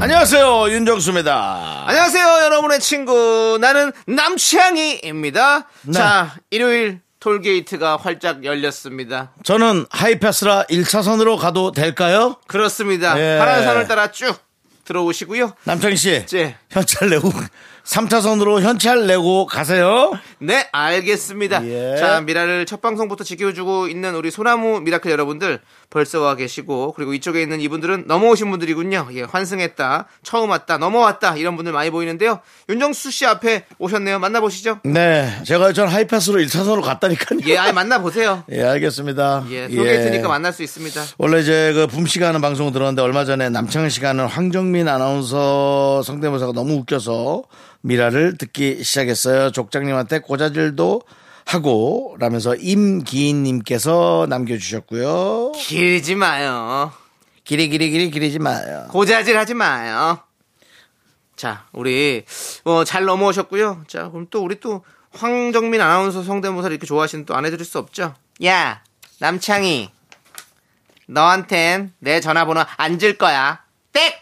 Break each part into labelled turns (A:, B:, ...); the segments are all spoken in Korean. A: 안녕하세요 윤정수입니다.
B: 안녕하세요, 여러분의 친구. 나는 남치향이입니다.
A: 네.
B: 자, 일요일 톨게이트가 활짝 열렸습니다.
A: 저는 하이패스라 1차선으로 가도 될까요?
B: 그렇습니다.
A: 예.
B: 파란산을 따라 쭉 들어오시고요.
A: 남창희 씨
B: 네.
A: 현찰 내고 3차선으로 현찰 내고 가세요.
B: 네, 알겠습니다.
A: 예.
B: 자, 미라를 첫 방송부터 지켜주고 있는 우리 소나무 미라클 여러분들 벌써 와 계시고, 그리고 이쪽에 있는 이분들은 넘어오신 분들이군요. 예, 환승했다, 처음 왔다, 넘어왔다, 이런 분들 많이 보이는데요. 윤정수 씨 앞에 오셨네요. 만나보시죠.
A: 네, 제가 전 하이패스로 1차선으로 갔다니까요.
B: 예, 아예 만나보세요.
A: 예, 알겠습니다.
B: 예,
A: 예.
B: 톨게이트니까 만날 수 있습니다.
A: 원래 이제 그 붐씨 가는 방송을 들었는데 얼마 전에 남창희 씨가 하는 황정민 아나운서 성대모사가 너무 웃겨서 미라를 듣기 시작했어요. 족장님한테 고자질도 하고 라면서 임기인님께서 남겨주셨고요.
B: 길지 마요.
A: 길이 길이 길이 길이지 마요.
B: 고자질 하지 마요. 자, 우리 어, 잘 넘어오셨고요. 자, 그럼 또 우리 또 황정민 아나운서 성대모사를 이렇게 좋아하시는 또 안 해드릴 수 없죠. 야, 남창희, 너한텐 내 전화번호 안 줄 거야. 땡!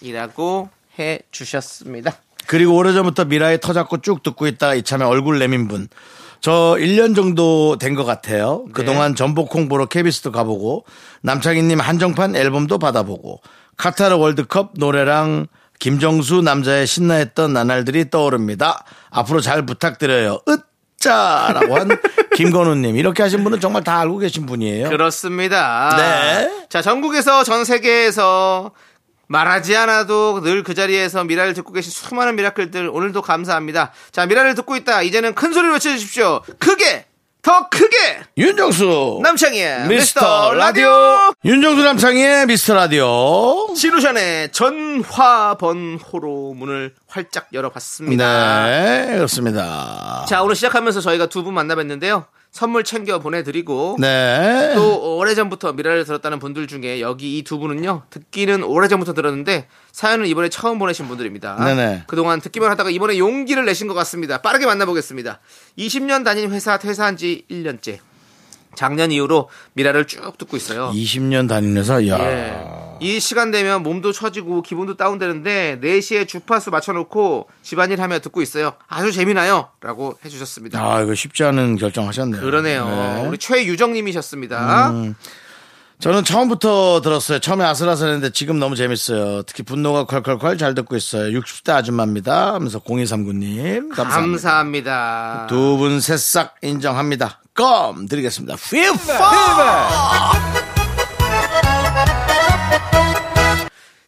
B: 이라고 해 주셨습니다.
A: 그리고 오래전부터 미라에 터잡고 쭉 듣고 있다가 이참에 얼굴 내민 분. 저 1년 정도 된 것 같아요. 그동안 전복 홍보로 KBS도 가보고 남창희님 한정판 앨범도 받아보고 카타르 월드컵 노래랑 김정수 남자의 신나했던 나날들이 떠오릅니다. 앞으로 잘 부탁드려요. 으짜라고 한 김건우님 이렇게 하신 분은 정말 다 알고 계신 분이에요.
B: 그렇습니다.
A: 그렇죠? 네.
B: 자, 전국에서 전 세계에서 말하지 않아도 늘 그 자리에서 미라를 듣고 계신 수많은 미라클들 오늘도 감사합니다. 자, 미라를 듣고 있다. 이제는 큰 소리로 외쳐 주십시오. 크게! 더 크게!
A: 윤정수
B: 남창희의
A: 어? 미스터 라디오 윤정수 남창희의 미스터 라디오
B: 지루션의 전화번호로 문을 활짝 열어봤습니다.
A: 네, 그렇습니다.
B: 자, 오늘 시작하면서 저희가 두 분 만나뵀는데요. 선물 챙겨 보내드리고
A: 네.
B: 또 오래전부터 미라를 들었다는 분들 중에 여기 이 두 분은요 듣기는 오래전부터 들었는데 사연은 이번에 처음 보내신 분들입니다
A: 네네.
B: 그동안 듣기만 하다가 이번에 용기를 내신 것 같습니다 빠르게 만나보겠습니다 20년 다닌 회사 퇴사한 지 1년째 작년 이후로 미라를 쭉 듣고 있어요
A: 20년 다닌 회사, 야
B: 예. 이 시간 되면 몸도 처지고 기분도 다운되는데 4시에 주파수 맞춰놓고 집안일 하며 듣고 있어요 아주 재미나요 라고 해주셨습니다
A: 아, 이거 쉽지 않은 결정하셨네요.
B: 그러네요
A: 네. 음,
B: 우리 최유정님이셨습니다
A: 저는 처음부터 들었어요. 처음에 아슬아슬했는데 지금 너무 재밌어요. 특히 분노가 콸콸콸 잘 듣고 있어요. 60대 아줌마입니다. 하면서 0239님. 감사합니다.
B: 감사합니다.
A: 두 분 새싹 인정합니다. 껌 드리겠습니다. 휘파!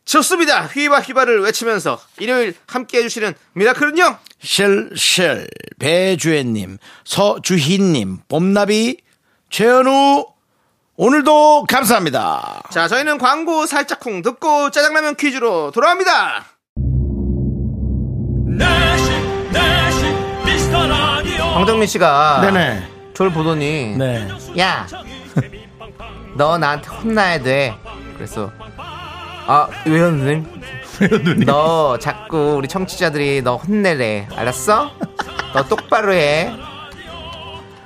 B: 좋습니다. 휘바 휘바를 외치면서 일요일 함께 해주시는 미라클은요.
A: 쉘쉘, 배주혜님, 서주희님, 봄나비, 최현우, 오늘도 감사합니다.
B: 자, 저희는 광고 살짝쿵 듣고 짜장라면 퀴즈로 돌아옵니다.
C: 내시 내시 미스터 라디오
B: 황정민 씨가
A: 네네.
B: 저를 보더니
A: 아, 네.
B: 야, 너 나한테 혼나야 돼. 그래서 아 왜요 누님? 너 자꾸 우리 청취자들이 너 혼내래. 알았어? 너 똑바로 해.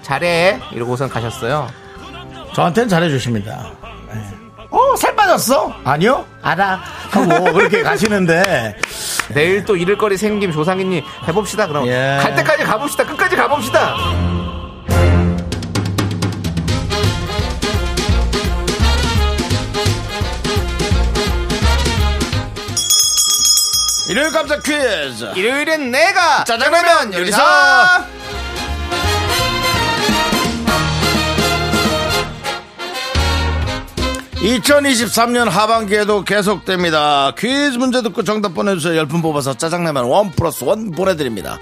B: 잘해. 이러고 우선 가셨어요.
A: 저한테는 잘해주십니다. 네. 어, 살 빠졌어? 아니요? 알아. 하고 그렇게 가시는데.
B: 내일 또 잃을 거리 생김 조상인님 해봅시다. 그럼
A: 예.
B: 갈 때까지 가봅시다. 끝까지 가봅시다.
A: 일요일 깜짝 퀴즈.
B: 일요일엔 내가
A: 짜장라면
B: 요리사.
A: 요리사. 2023년 하반기에도 계속됩니다. 퀴즈 문제 듣고 정답 보내주세요. 10분 뽑아서 짜장라면 원 플러스 원 보내드립니다.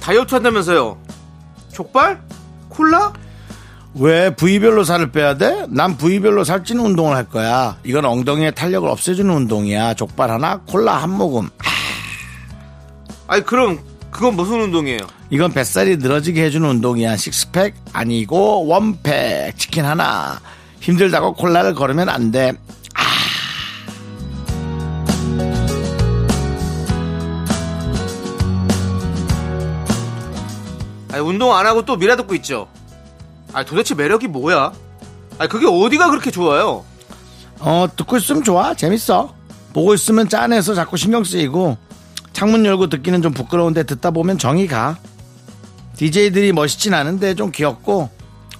B: 다이어트 한다면서요? 족발? 콜라?
A: 왜 부위별로 살을 빼야 돼? 난 부위별로 살찌는 운동을 할 거야. 이건 엉덩이의 탄력을 없애주는 운동이야. 족발 하나, 콜라 한 모금.
B: 아니 그럼 그건 무슨 운동이에요?
A: 이건 뱃살이 늘어지게 해주는 운동이야. 식스팩 아니고 원팩 치킨 하나. 힘들다고 콜라를 걸으면 안 돼.
B: 아니 운동 안 하고 또 미라 듣고 있죠. 아니 도대체 매력이 뭐야? 아니 그게 어디가 그렇게 좋아요?
A: 어 듣고 있으면 좋아 재밌어 보고 있으면 짠해서 자꾸 신경 쓰이고 창문 열고 듣기는 좀 부끄러운데 듣다 보면 정이 가 DJ들이 멋있진 않은데 좀 귀엽고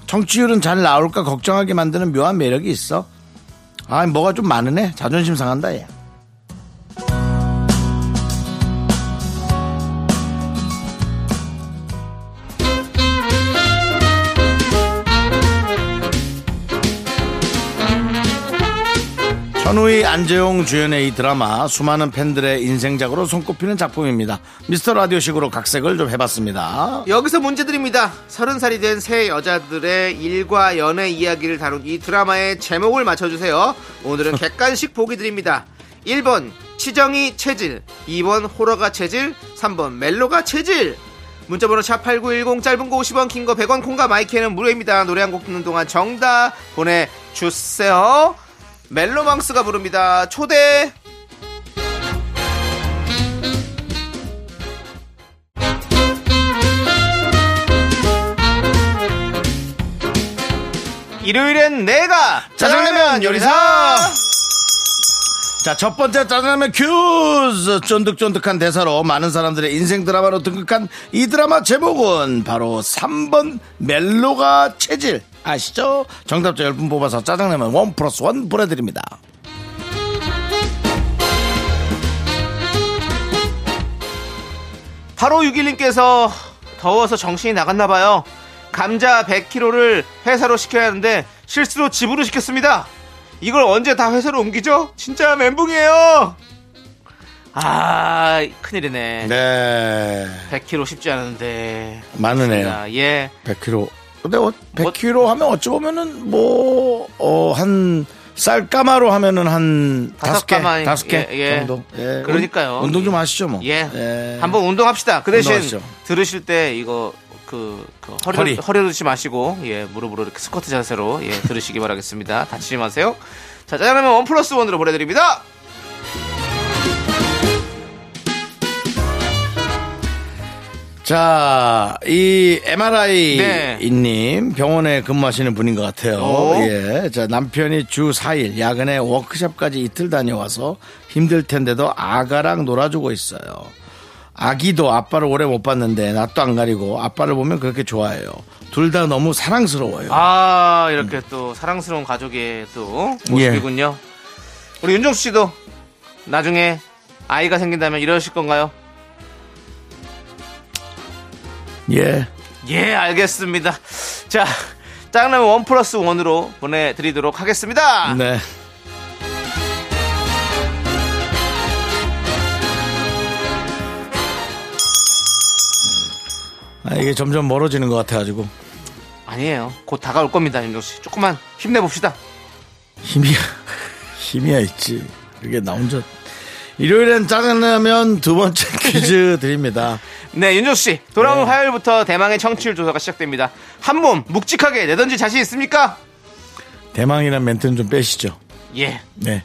A: 청취율은 잘 나올까 걱정하게 만드는 묘한 매력이 있어 아 뭐가 좀 많으네 자존심 상한다 얘 천우희 안재용 주연의 이 드라마 수많은 팬들의 인생작으로 손꼽히는 작품입니다 미스터 라디오식으로 각색을 좀 해봤습니다
B: 여기서 문제 드립니다. 서른 살이 된 세 여자들의 일과 연애 이야기를 다룬 이 드라마의 제목을 맞춰주세요. 오늘은 객관식 보기 드립니다. 1번 치정이 체질, 2번 호러가 체질, 3번 멜로가 체질. 문자번호 샵8910 짧은 거 50원 긴 거 100원 콩과 마이크는 무료입니다. 노래 한 곡 듣는 동안 정답 보내주세요. 멜로망스가 부릅니다. 초대 일요일엔 내가
A: 짜장라면 요리사! 자, 첫 번째 짜장라면 큐즈! 쫀득쫀득한 대사로 많은 사람들의 인생 드라마로 등극한 이 드라마 제목은 바로 3번 멜로가 체질. 아시죠? 정답자 10분 뽑아서 짜장라면 1 플러스 1 보내드립니다.
B: 바로 6일님께서 더워서 정신이 나갔나 봐요. 감자 100kg를 회사로 시켜야 하는데 실수로 집으로 시켰습니다. 이걸 언제 다 회사로 옮기죠? 진짜 멘붕이에요. 아 큰일이네.
A: 네.
B: 100kg 쉽지 않은데.
A: 많으네요.
B: 아, 예.
A: 100kg. 근데 어,
B: 뭐?
A: 100kg 하면 어찌 보면은 뭐, 어, 한, 쌀까마로 하면은 한 다섯
B: 다섯
A: 개,
B: 가마,
A: 다섯 개
B: 예, 예.
A: 정도. 예.
B: 그러니까요.
A: 운동 좀 하시죠 뭐.
B: 예. 한번 운동합시다. 그 대신
A: 운동하시죠.
B: 들으실 때 이거 그, 그 허리를,
A: 허리.
B: 허리. 허리를 지 마시고 예 무릎으로 이렇게 스쿼트 자세로 예 들으시기 바라겠습니다. 다치지 마세요. 자 짜장라면 원 플러스 원으로 보내드립니다.
A: 자, 이 MRI
B: 네. 어?
A: 인님 병원에 근무하시는 분인 것 같아요.
B: 오.
A: 예. 자, 남편이 주 4일 야근에 워크샵까지 이틀 다녀와서 힘들 텐데도 아가랑 놀아주고 있어요. 아기도 아빠를 오래 못 봤는데 낯도 안 가리고 아빠를 보면 그렇게 좋아해요. 둘 다 너무 사랑스러워요.
B: 아
A: 음.
B: 이렇게 또 사랑스러운 가족의 또
A: 예.
B: 모습이군요. 우리 윤종수 씨도 나중에 아이가 생긴다면 이러실 건가요?
A: 예.
B: 예 알겠습니다. 자 짜장라면 원 플러스 원으로 보내드리도록 하겠습니다.
A: 네. 아, 이게 점점 멀어지는 것 같아가지고
B: 아니에요. 곧 다가올 겁니다, 윤종수 씨. 조금만 힘내봅시다.
A: 힘이야 힘이야 있지 그게 나 혼자 일요일엔 짜증나면 두 번째 퀴즈 드립니다
B: 네, 윤종 씨. 돌아온 화요일부터 대망의 청취율 조사가 시작됩니다. 한 몸 묵직하게 내던지 자신 있습니까?
A: 대망이란 멘트는 좀 빼시죠
B: 예.
A: 네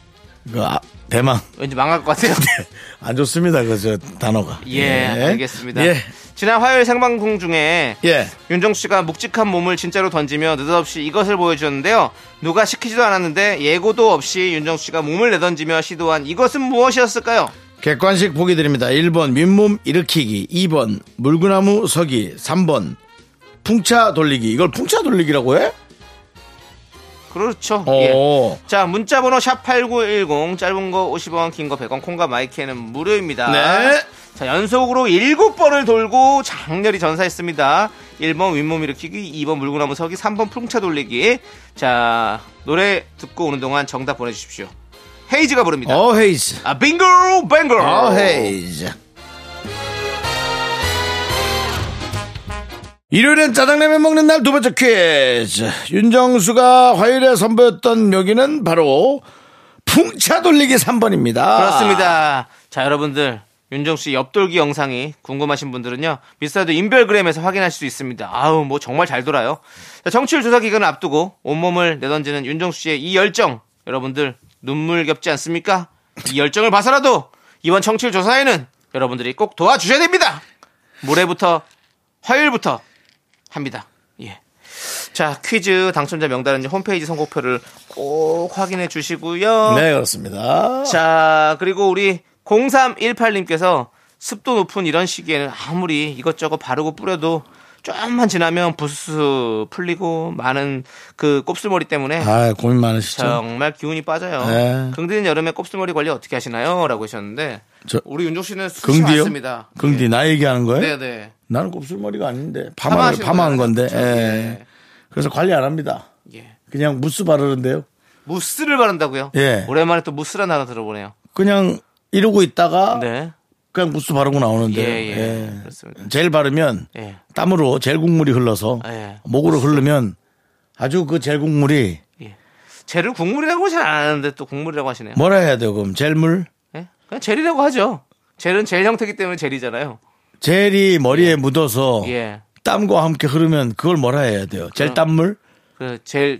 A: 이거 아, 대망
B: 왠지 망할 것 같아요.
A: 네. 안 좋습니다 그저 단어가
B: 예, 알겠습니다.
A: 예.
B: 지난 화요일 생방송 중에
A: 예.
B: 윤정 씨가 묵직한 몸을 진짜로 던지며 느닷없이 이것을 보여주셨는데요. 누가 시키지도 않았는데 예고도 없이 윤정 씨가 몸을 내던지며 시도한 이것은 무엇이었을까요?
A: 객관식 보기 드립니다. 1번 윗몸 일으키기, 2번 물구나무 서기, 3번 풍차 돌리기. 이걸 풍차 돌리기라고 해?
B: 그렇죠. 예.
A: 어.
B: 자, 문자번호 샵8910, 짧은 거 50원, 긴 거 100원, 콩과 마이크는 무료입니다.
A: 네.
B: 자, 연속으로 7번을 돌고 장렬히 전사했습니다. 1번 윗몸 일으키기, 2번 물구나무 서기, 3번 풍차 돌리기. 자, 노래 듣고 오는 동안 정답 보내주십시오. 헤이즈가 부릅니다.
A: 어 아, 헤이즈.
B: 아, 빙글, 뱅글.
A: 어 헤이즈. 일요일엔 짜장라면 먹는 날 두 번째 퀴즈. 윤정수가 화요일에 선보였던 묘기는 바로 풍차 돌리기 3번입니다.
B: 그렇습니다. 자, 여러분들. 윤정 씨 옆돌기 영상이 궁금하신 분들은요. 미스터드 인별그램에서 확인하실 수 있습니다. 아우, 뭐 정말 잘 돌아요. 자, 정치율 조사 기간을 앞두고 온몸을 내던지는 윤정수 씨의 이 열정. 여러분들 눈물 겹지 않습니까? 이 열정을 봐서라도 이번 청취율 조사에는 여러분들이 꼭 도와주셔야 됩니다. 모레부터 화요일부터 합니다. 예. 자, 퀴즈 당첨자 명단은 홈페이지 선곡표를 꼭 확인해 주시고요.
A: 네, 그렇습니다.
B: 자, 그리고 우리 0318님께서 습도 높은 이런 시기에는 아무리 이것저것 바르고 뿌려도 조금만 지나면 부스 풀리고 많은 그 곱슬머리 때문에
A: 아, 고민 많으시죠?
B: 정말 기운이 빠져요.
A: 네.
B: 긍디는 여름에 곱슬머리 관리 어떻게 하시나요? 라고 하셨는데
A: 저-
B: 우리 윤종 씨는 수치
A: 긍디요?
B: 많습니다.
A: 긍디, 나 얘기하는 거예요?
B: 네, 네.
A: 나는 곱슬머리가 아닌데,
B: 파마
A: 파마,
B: 하시는
A: 파마한
B: 거예요?
A: 건데,
B: 그렇죠.
A: 예.
B: 예.
A: 그래서 관리 안 합니다.
B: 예.
A: 그냥 무스 바르는데요.
B: 무스를 바른다고요?
A: 예.
B: 오랜만에 또 무스란 단어 들어보네요.
A: 그냥 이러고 있다가,
B: 네.
A: 그냥 무스 바르고 나오는데,
B: 예, 예.
A: 예.
B: 그렇습니다.
A: 젤 바르면,
B: 예.
A: 땀으로 젤 국물이 흘러서,
B: 예.
A: 목으로 흐르면, 아주 그 젤 국물이,
B: 예. 쟤를 국물이라고 잘 안 하는데 또 국물이라고 하시네요.
A: 뭐라 해야 돼요, 그럼? 젤물?
B: 예? 그냥 젤이라고 하죠. 젤은 젤 형태기 때문에 젤이잖아요.
A: 젤이 머리에 묻어서,
B: 예.
A: 땀과 함께 흐르면, 그걸 뭐라 해야 돼요? 젤 땀물?
B: 그 젤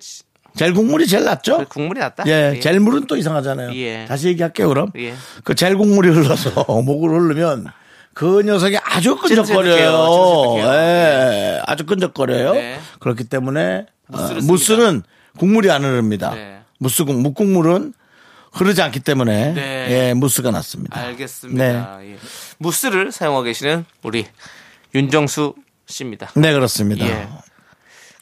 A: 젤 국물이 제일 낫죠?
B: 그 국물이 낫다.
A: 예, 젤 물은 또 이상하잖아요.
B: 예.
A: 다시 얘기할게요, 그럼.
B: 예.
A: 그 젤 국물이 흘러서 목으로 흐르면 그 녀석이 아주
B: 찐득찐득해요,
A: 끈적거려요.
B: 찐득찐득해요.
A: 예, 아주 끈적거려요.
B: 네.
A: 그렇기 때문에 어,
B: 무스를 씁니다.
A: 무스는 국물이 안 흐릅니다.
B: 네.
A: 무스 국 묵국물은 흐르지 않기 때문에
B: 네.
A: 예, 무스가 났습니다.
B: 알겠습니다.
A: 네.
B: 예. 무스를 사용하고 계시는 우리 윤정수 씨입니다.
A: 네, 그렇습니다.
B: 예.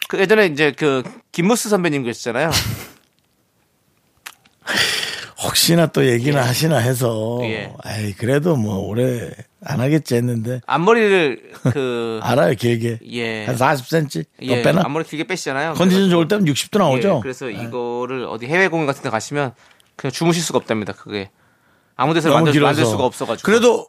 B: 그 예전에 이제 그 김무스 선배님 계시잖아요.
A: 혹시나 또 얘기나 하시나 해서
B: 예.
A: 에이, 그래도 뭐 오래 안 하겠지 했는데
B: 앞머리를 그
A: 알아요, 길게.
B: 예.
A: 한 40cm 더
B: 예,
A: 빼나?
B: 앞머리 길게 빼시잖아요.
A: 컨디션 좋을 때면 60도
B: 그래서-
A: 나오죠. 네.
B: 예, 그래서 이거를 어디 해외 공연 같은 데 가시면 그냥 주무실 수가 없답니다. 그게 아무 데서 만들, 만들 수가 없어 가지고.
A: 그래도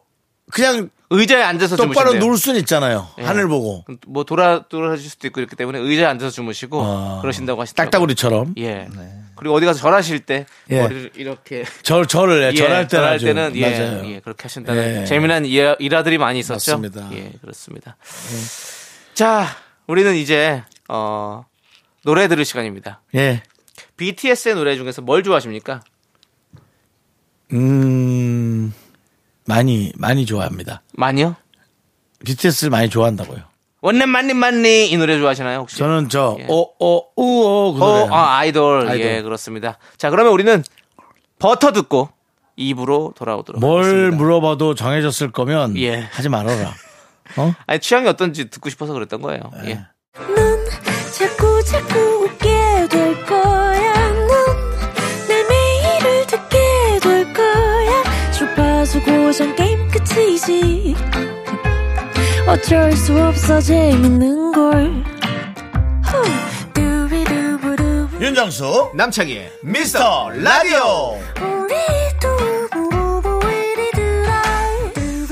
A: 그냥
B: 의자에 앉아서
A: 똑바로
B: 주무신대요.
A: 누울 순 있잖아요.
B: 예.
A: 하늘 보고
B: 뭐 돌아 돌아질 수도 있고 이렇기 때문에 의자에 앉아서 주무시고
A: 아,
B: 그러신다고 하시더라고요.
A: 딱따구리처럼
B: 그렇죠.
A: 네.
B: 예. 그리고 어디 가서 절하실 때
A: 예.
B: 머리를 이렇게
A: 절 절을 예,
B: 예,
A: 절할 때는 아주
B: 예,
A: 맞아요.
B: 예, 그렇게 하신다는
A: 예.
B: 재미난 일- 일화들이 많이 있었죠.
A: 맞습니다. 예.
B: 예, 그렇습니다. 자, 우리는 이제 어 노래 들을 시간입니다.
A: 예.
B: BTS의 노래 중에서 뭘 좋아하십니까?
A: 음 많이 많이 좋아합니다.
B: 많이요?
A: BTS를 많이 좋아한다고요.
B: 원래 많이 많이 이 노래 좋아하시나요 혹시?
A: 저는 저
B: 예.
A: 오오 우오 그
B: 어,
A: 노래.
B: 아, 아이돌.
A: 아이돌.
B: 예, 그렇습니다. 자, 그러면 우리는 버터 듣고 입으로 돌아오도록
A: 뭘
B: 하겠습니다.
A: 물어봐도 정해졌을 거면
B: 예.
A: 하지 말아라.
B: 아니, 취향이 어떤지 듣고 싶어서 그랬던 거예요.
A: 네.
B: 예.
D: 넌 자꾸 자꾸 웃게 될 거야. 넌내 매일을 듣게 될 거야. 주파수 고정 게임 끝이지. 어쩔 수 없어 재밌는 걸. 후. 두비두부두.
A: 윤정수
B: 남창희의
A: 미스터 라디오.
D: 우리 두부부부 우리들아.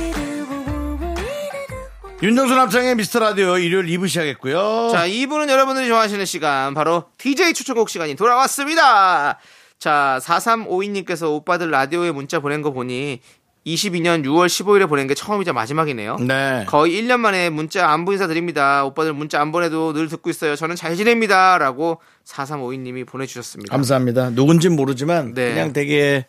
D: 두비두부부부 우리들아.
A: 윤정수 남창의 미스터 라디오 일요일 2부 시작했고요.
B: 자, 이분은 여러분들이 좋아하시는 시간, 바로 DJ 추천곡 시간이 돌아왔습니다. 자, 4352님께서 오빠들 라디오에 문자 보낸 거 보니 22년 6월 15일에 보낸 게 처음이자 마지막이네요.
A: 네.
B: 거의 1년 만에 문자 안부 인사 드립니다. 오빠들 문자 안 보내도 늘 듣고 있어요. 저는 잘 지냅니다. 라고 4352님이 보내주셨습니다.
A: 감사합니다. 누군진 모르지만
B: 네.
A: 그냥 되게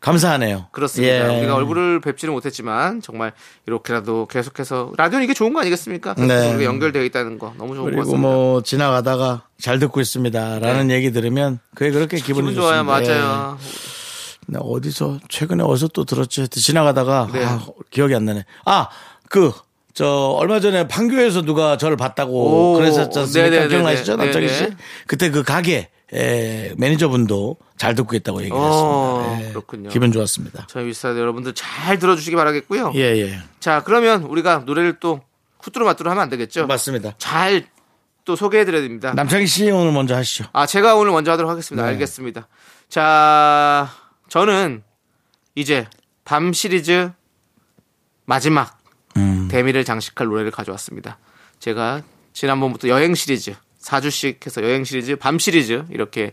A: 감사하네요.
B: 그렇습니다.
A: 예.
B: 우리가 얼굴을 뵙지는 못했지만 정말 이렇게라도 계속해서 라디오는 이게 좋은 거 아니겠습니까?
A: 네.
B: 우리가 연결되어 있다는 거 너무 좋은 것
A: 그리고
B: 같습니다. 네.
A: 뭐 지나가다가 잘 듣고 있습니다라는 얘기 들으면 그게 그렇게 기분이
B: 기분 좋아요,
A: 좋습니다.
B: 맞아요.
A: 예. 근데 어디서 최근에 어디서 또 들었지? 하여튼 지나가다가
B: 네.
A: 아, 기억이 안 나네. 아, 그 저 얼마 전에 판교에서 누가 저를 봤다고
B: 오,
A: 그랬었지 않습니까?
B: 네네네네.
A: 기억나시죠? 남창희 씨?
B: 네네.
A: 그때 그 가게 에, 매니저분도 잘 듣고 있다고
B: 어,
A: 얘기했습니다. 를
B: 그렇군요.
A: 기분 좋았습니다.
B: 저희 윗사들 여러분들 잘 들어주시기 바라겠고요.
A: 예, 예.
B: 자, 그러면 우리가 노래를 또 후뚜루마뚜루 하면 안 되겠죠?
A: 맞습니다.
B: 잘 또 소개해드려야 됩니다.
A: 남창희 씨 오늘 먼저 하시죠.
B: 아, 제가 오늘 먼저 하도록 하겠습니다.
A: 네.
B: 알겠습니다. 자, 저는 이제 밤 시리즈 음. 마지막 데미를 장식할 노래를 가져왔습니다. 제가 지난번부터 여행 시리즈 4주씩 해서 여행 시리즈, 밤 시리즈 이렇게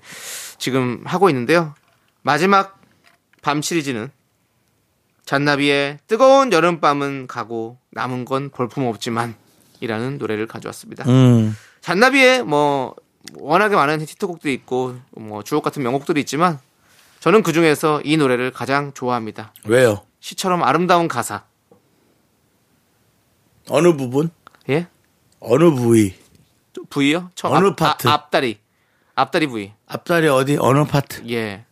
B: 지금 하고 있는데요. 마지막 밤 시리즈는 잔나비의 뜨거운 여름밤은 가고 남은 건 볼품없지만 이라는 노래를 가져왔습니다.
A: 음.
B: 잔나비의 뭐 워낙에 많은 히트곡들이 있고 뭐 주옥 같은 명곡들이 있지만 저는 그 중에서 이 노래를 가장 좋아합니다.
A: 왜요?
B: 시처럼 아름다운 가사.
A: 어느 부분?
B: 예?
A: 어느 부위?
B: 저 부위요? 저
A: 어느
B: 앞,
A: 파트?
B: 아, 앞다리. 앞다리 부위.
A: 앞다리 어디? 어느 파트?
B: 예.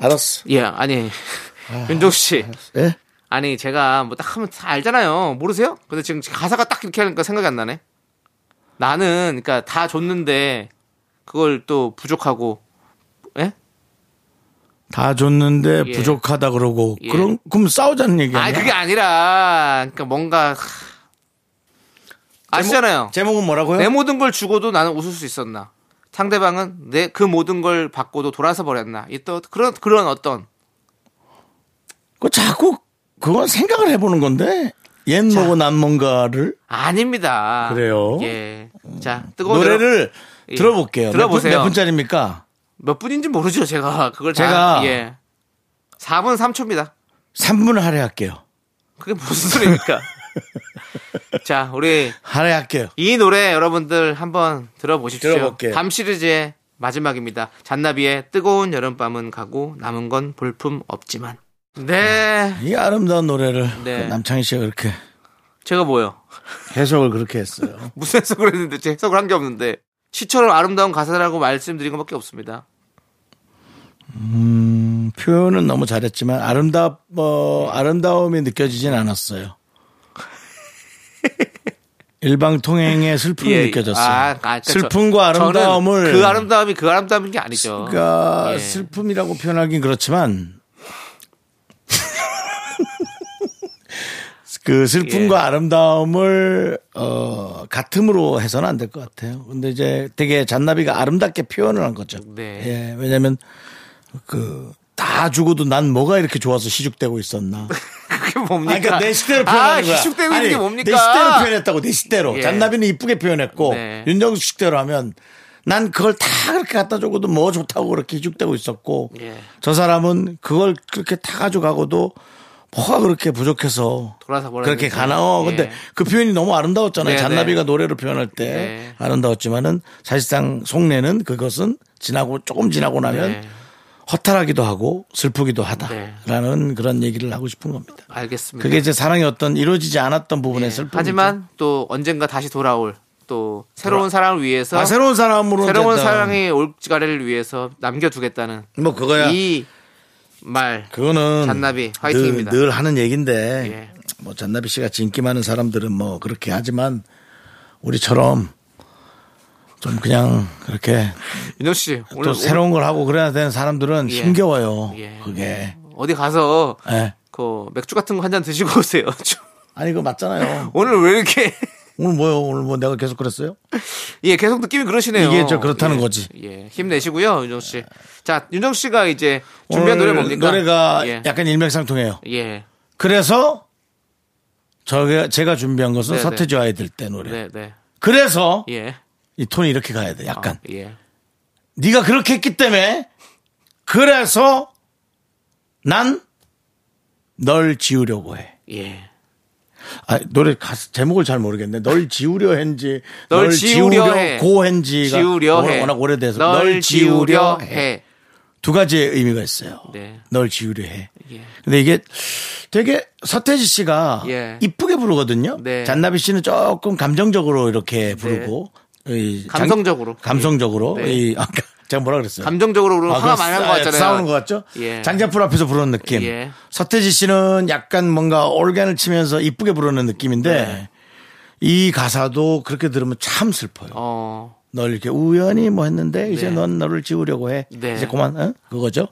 A: 알았어.
B: 예, 아니. 윤종 씨.
A: 예?
B: 아니, 제가 뭐 딱 하면 다 알잖아요. 모르세요? 근데 지금 가사가 딱 이렇게 하니까 생각이 안 나네. 나는 그러니까 다 줬는데 그걸 또 부족하고 예?
A: 다 줬는데
B: 예.
A: 부족하다 그러고
B: 예.
A: 그럼 그럼 싸우자는 얘기
B: 아,
A: 아니야?
B: 그게 아니라 그러니까 뭔가 하, 아시잖아요.
A: 제목은 뭐라고요?
B: 내 모든 걸 주고도 나는 웃을 수 있었나? 상대방은 내 그 모든 걸 받고도 돌아서 버렸나? 이또 그런 그런 어떤
A: 그 자꾸 그건 생각을 해보는 건데 옛 뭐고 남 뭔가를
B: 아닙니다.
A: 그래요?
B: 예. 자, 뜨거운 노래를
A: 노래를
B: 예.
A: 들어볼게요.
B: 들어보세요.
A: 몇, 분, 몇 분짜리입니까?
B: 몇 분인지 모르죠, 제가. 그걸 다,
A: 제가-
B: 예. 4분 3초입니다.
A: 3분 할애할게요.
B: 그게 무슨 소리입니까? 자, 우리
A: 할애할게요.
B: 이 노래 여러분들 한번 들어보십시오.
A: 들어볼게요.
B: 밤 시리즈의 마지막입니다. 잔나비의 뜨거운 여름밤은 가고 남은 건 볼품 없지만. 네.
A: 이 아름다운 노래를
B: 네.
A: 그 남창희 씨가 그렇게
B: 제가 뭐요?
A: 해석을 그렇게 했어요.
B: 무슨 해석을 했는데 제 해석을 한 게 없는데. 시처럼 아름다운 가사라고 말씀드린 것밖에 없습니다.
A: 음, 표현은 너무 잘했지만 아름다 뭐 아름다움이 느껴지진 않았어요. 일방통행의 슬픔이
B: 예,
A: 느껴졌어요.
B: 아, 그러니까 저-
A: 슬픔과 아름다움을
B: 저는 그 아름다움이 그 아름다움인 게 아니죠.
A: 그러니까
B: 예.
A: 슬픔이라고 표현하긴 그렇지만 그 슬픔과
B: 예.
A: 아름다움을 어 같음으로 해서는 안 될 것 같아요. 근데 이제 되게 잔나비가 아름답게 표현을 한 거죠.
B: 네.
A: 예, 왜냐하면 그 다 죽어도 난 뭐가 이렇게 좋아서 시죽대고 있었나.
B: 그게 뭡니까?
A: 아니, 그러니까 내 시대로
B: 아,
A: 표현하는 거야.
B: 희죽되고 있는
A: 아니,
B: 게 뭡니까?
A: 내 시대로 표현했다고 내 시대로.
B: 예.
A: 잔나비는 이쁘게 표현했고
B: 네.
A: 윤정수 식대로 하면 난 그걸 다 그렇게 갖다 줘고도 뭐 좋다고 그렇게 희죽대고 있었고
B: 예.
A: 저 사람은 그걸 그렇게 다 가져가고도 뭐가 그렇게 부족해서
B: 돌아서 버렸는지.
A: 그렇게 가나. 어, 근데
B: 예.
A: 그 표현이 너무 아름다웠잖아요.
B: 네,
A: 잔나비가 노래를 표현할 때
B: 네.
A: 아름다웠지만은 사실상 속내는 그것은 지나고 조금 지나고 나면
B: 네.
A: 허탈하기도 하고 슬프기도 하다라는
B: 네.
A: 그런 얘기를 하고 싶은 겁니다.
B: 알겠습니다.
A: 그게 이제 사랑이 어떤 이루어지지 않았던 부분의 슬픔.
B: 예, 하지만 또 언젠가 다시 돌아올 또 새로운 사랑을 위해서
A: 아, 새로운 사람으로
B: 새로운
A: 이제
B: 사랑이 올지가래를 위해서 남겨두겠다는
A: 뭐 그거야.
B: 이 말
A: 그거는
B: 잔나비, 화이팅입니다.
A: 늘, 늘 하는 얘긴데
B: 예.
A: 뭐 잔나비 씨가 인기 많은 사람들은 뭐 그렇게 하지만 우리처럼 좀 그냥 그렇게
B: 윤정 씨
A: 또
B: 오늘
A: 새로운 걸 하고 그래야 되는 사람들은
B: 예.
A: 힘겨워요.
B: 예.
A: 그게.
B: 오늘 어디 가서
A: 예.
B: 그 맥주 같은 거 한 잔 드시고 오세요. 좀
A: 아니 그거 맞잖아요.
B: 오늘 왜 이렇게
A: 오늘 뭐요? 오늘 뭐 내가 계속 그랬어요?
B: 예 계속 느낌이 그러시네요.
A: 이게 저 그렇다는
B: 예,
A: 거지.
B: 예 힘내시고요 윤정 씨. 자 윤정 씨가 이제 준비한
A: 오늘
B: 노래 뭡니까?
A: 노래가
B: 예.
A: 약간 일맥상통해요.
B: 예.
A: 그래서 저게 제가 준비한 것은
B: 네네.
A: 서태지 아이들 때 노래.
B: 네, 네.
A: 그래서
B: 예.
A: 이 톤이 이렇게 가야 돼.
B: 아,
A: 약간
B: 예.
A: 네가 그렇게 했기 때문에 그래서 난 널 지우려고 해.
B: 예.
A: 아, 노래 가사 제목을 잘 모르겠네. 널 지우려 했지,
B: 널
A: 널,
B: 지우려
A: 지우려
B: 해.
A: 고 했지가
B: 지우려 해.
A: 워낙 오래돼서
B: 널 지우려 해.
A: 두 가지의 의미가 있어요.
B: 네.
A: 널 지우려 해.
B: 예.
A: 근데 이게 되게 서태지 씨가
B: 예.
A: 이쁘게 부르거든요.
B: 네.
A: 잔나비 씨는 조금 감정적으로 이렇게 부르고 이 장-
B: 감성적으로.
A: 감성적으로
B: 네.
A: 이 아까 제가 뭐라 그랬어요?
B: 감정적으로 그러면 화가
A: 그건
B: 많이
A: 싸-
B: 난것 같잖아요.
A: 싸우는 것 같죠?
B: 예.
A: 장작불 앞에서 부르는 느낌.
B: 예.
A: 서태지 씨는 약간 뭔가 올간을 치면서 이쁘게 부르는 느낌인데
B: 네.
A: 이 가사도 그렇게 들으면 참 슬퍼요.
B: 어.
A: 널 이렇게 우연히 뭐 했는데 이제
B: 네.
A: 넌 너를 지우려고 해.
B: 네.
A: 이제 그만, 어? 그거죠?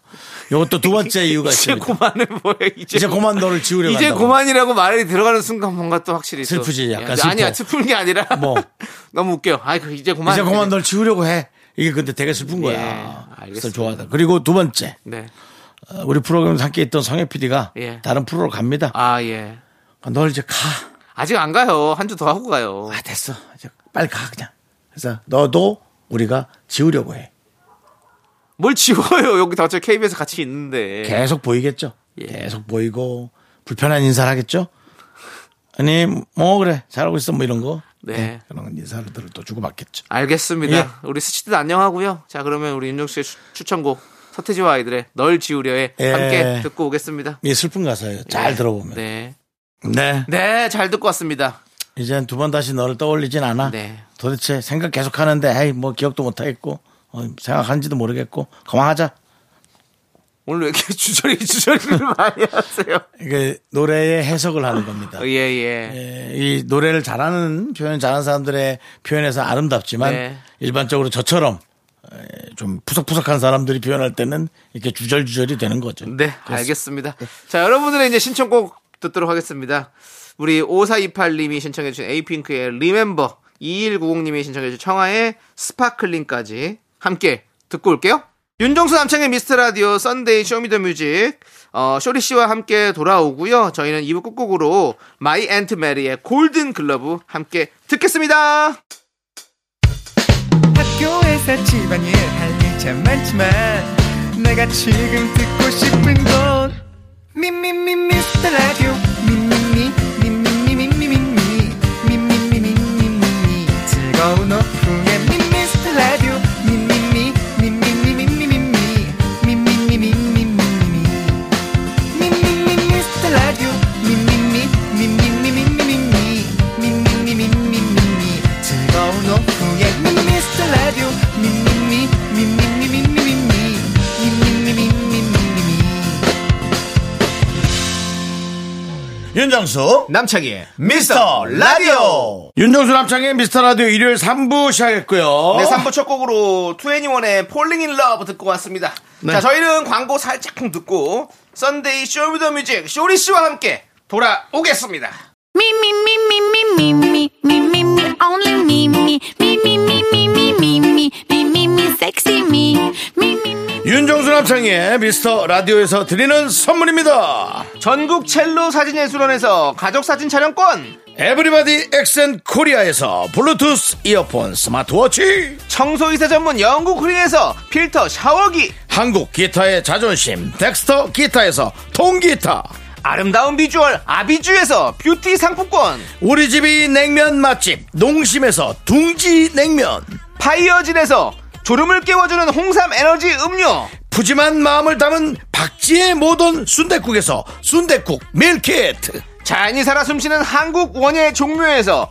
A: 요것도 두 번째 이유가
B: 이제
A: 있습니다.
B: 고만을 뭐해 이제.
A: 아, 이제 고만 너를 지우려고
B: 이제
A: 한다고.
B: 고만이라고 말이 들어가는 순간 뭔가 또 확실히 또-
A: 슬프지, 약간
B: 예.
A: 슬퍼.
B: 아니야 슬픈 게 아니라
A: 뭐.
B: 너무 웃겨요. 아이 그 이제 고만
A: 이제 고만 널 지우려고 해. 이게 근데 되게 슬픈 거야.
B: 예,
A: 그래서
B: 알겠습니다.
A: 좋아하다. 그리고 두 번째
B: 네.
A: 어, 우리 프로그램 함께 있던 성혜 PD가
B: 예.
A: 다른 프로로 갑니다.
B: 아 예.
A: 아, 널 이제 가.
B: 아직 안 가요. 한 주 더 하고 가요.
A: 아 됐어 이제 빨리 가 그냥 그래서 너도 우리가 지우려고 해
B: 뭘 지워요. 여기 다 어차피 KBS 같이 있는데.
A: 계속 보이겠죠
B: 예.
A: 계속 보이고 불편한 인사를 하겠죠 아니 뭐 그래 잘하고 있어 뭐 이런 거
B: 네.
A: 네, 그런 인사들을 또 주고받겠죠
B: 알겠습니다.
A: 예.
B: 우리 스치듯 안녕하고요. 자, 그러면 우리 윤종 씨의 추- 추천곡 서태지와 아이들의 널 지우려에
A: 예.
B: 함께 듣고 오겠습니다.
A: 이 슬픈 가사예요 잘
B: 예.
A: 들어보면 네,
B: 네. 네, 잘 듣고 왔습니다.
A: 이젠 두 번 다시 너를 떠올리진 않아
B: 네.
A: 도대체 생각 계속 하는데 에이 뭐 기억도 못하겠고 어, 생각하는지도 모르겠고 그만하자
B: 오늘 왜 이렇게 주저리 주저리를 많이 하세요?
A: 이게 노래의 해석을 하는 겁니다
B: 예, 예.
A: 예, 이 노래를 잘하는 표현 잘하는 사람들의 표현에서 아름답지만
B: 네.
A: 일반적으로 저처럼 에, 좀 푸석푸석한 사람들이 표현할 때는 이렇게 주절주절이 되는 거죠.
B: 네, 알겠습니다. 자, 여러분들의 이제 신청곡 듣도록 하겠습니다. 우리 5428님이 신청해주신 에이핑크의 Remember, 2190님이 신청해주신 청하의 스파클링까지 함께 듣고 올게요. 윤종수 남창의 미스터라디오 썬데이 쇼미더뮤직 어, 쇼리 씨와 함께 돌아오고요. 저희는 2부 끝곡으로 마이 앤트 메리의 골든 글러브 함께 듣겠습니다.
E: 학교에서 집안일 할 일 참 많지만 내가 지금 듣고 싶은 건 미미미 미스터 라디오 미미미 미미미 미미미 미미미 미미미 즐거운 오후에 미스터 라디오 미미미 미미미 미미미 미미미 미미미
A: 윤정수
B: 남창희의
A: 미스터 라디오 윤정수 남창의 미스터 라디오 일요일 3부 시작했고요.
B: 네, 3부 첫 곡으로 2NE1의 폴링 인 러브 듣고 왔습니다.
A: 네.
B: 자, 저희는 광고 살짝 듣고 썬데이 쇼미더뮤직 쇼리 씨와 함께 돌아오겠습니다.
D: Me, me, me, me, me, me, me, me, me, me, only me, me, me, me, me, me, me, me, me, me, me, me, sexy me, me, me, me.
A: 윤정수 남창의 미스터 라디오에서 드리는 선물입니다.
B: 전국 첼로 사진예술원에서 가족 사진 촬영권,
A: 에브리바디 엑센 코리아에서 블루투스 이어폰 스마트워치
B: 청소이사 전문 영국 크린에서 필터 샤워기,
A: 한국 기타의 자존심 덱스터 기타에서 통기타
B: 아름다운 비주얼 아비주에서 뷰티 상품권,
A: 우리 집이 냉면 맛집 농심에서 둥지 냉면
B: 파이어진에서 졸음을 깨워주는 홍삼 에너지 음료,
A: 푸짐한 마음을 담은 박지의 모던 순댓국에서순댓국 밀키트
B: 자연이 살아 숨쉬는 한국 원예 종묘에서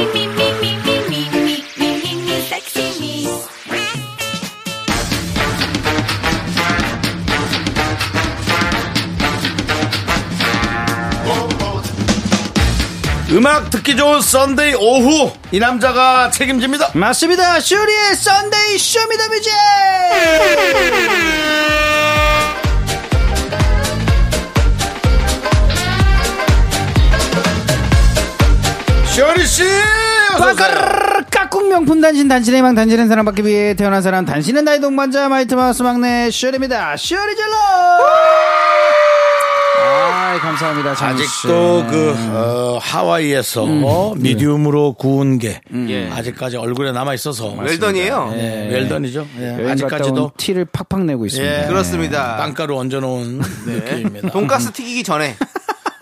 D: me, me, me, me, me, me, me, sexy me.
A: 음악 듣기 좋은 썬데이 오후 이 남자가 책임집니다.
E: 맞습니다. 슈리의 썬데이 쇼미더뮤직!
A: 쇼리 씨, 어서 오세요.
E: 깍꿍 명품 단신 단신의 희망 단신은 사랑받기 위해 태어난 사람 단신은 나의 동반자 마이트 마우스 막내 슈리입니다. 슈리 젤로! 아, 감사합니다. 장희 씨.
A: 아직도 그 어, 하와이에서
E: 음. 네.
A: 미디움으로 구운 게
E: 예.
A: 아직까지 얼굴에 남아 있어서
B: 음. 웰던이에요
A: 웰던이죠. 예,
E: 네. 여행 갔다
A: 아직까지도
E: 온 티를 팍팍 내고 있습니다.
A: 예.
B: 그렇습니다
A: 빵가루 얹어놓은
E: 네.
A: 느낌입니다.
B: 돈가스 튀기기 전에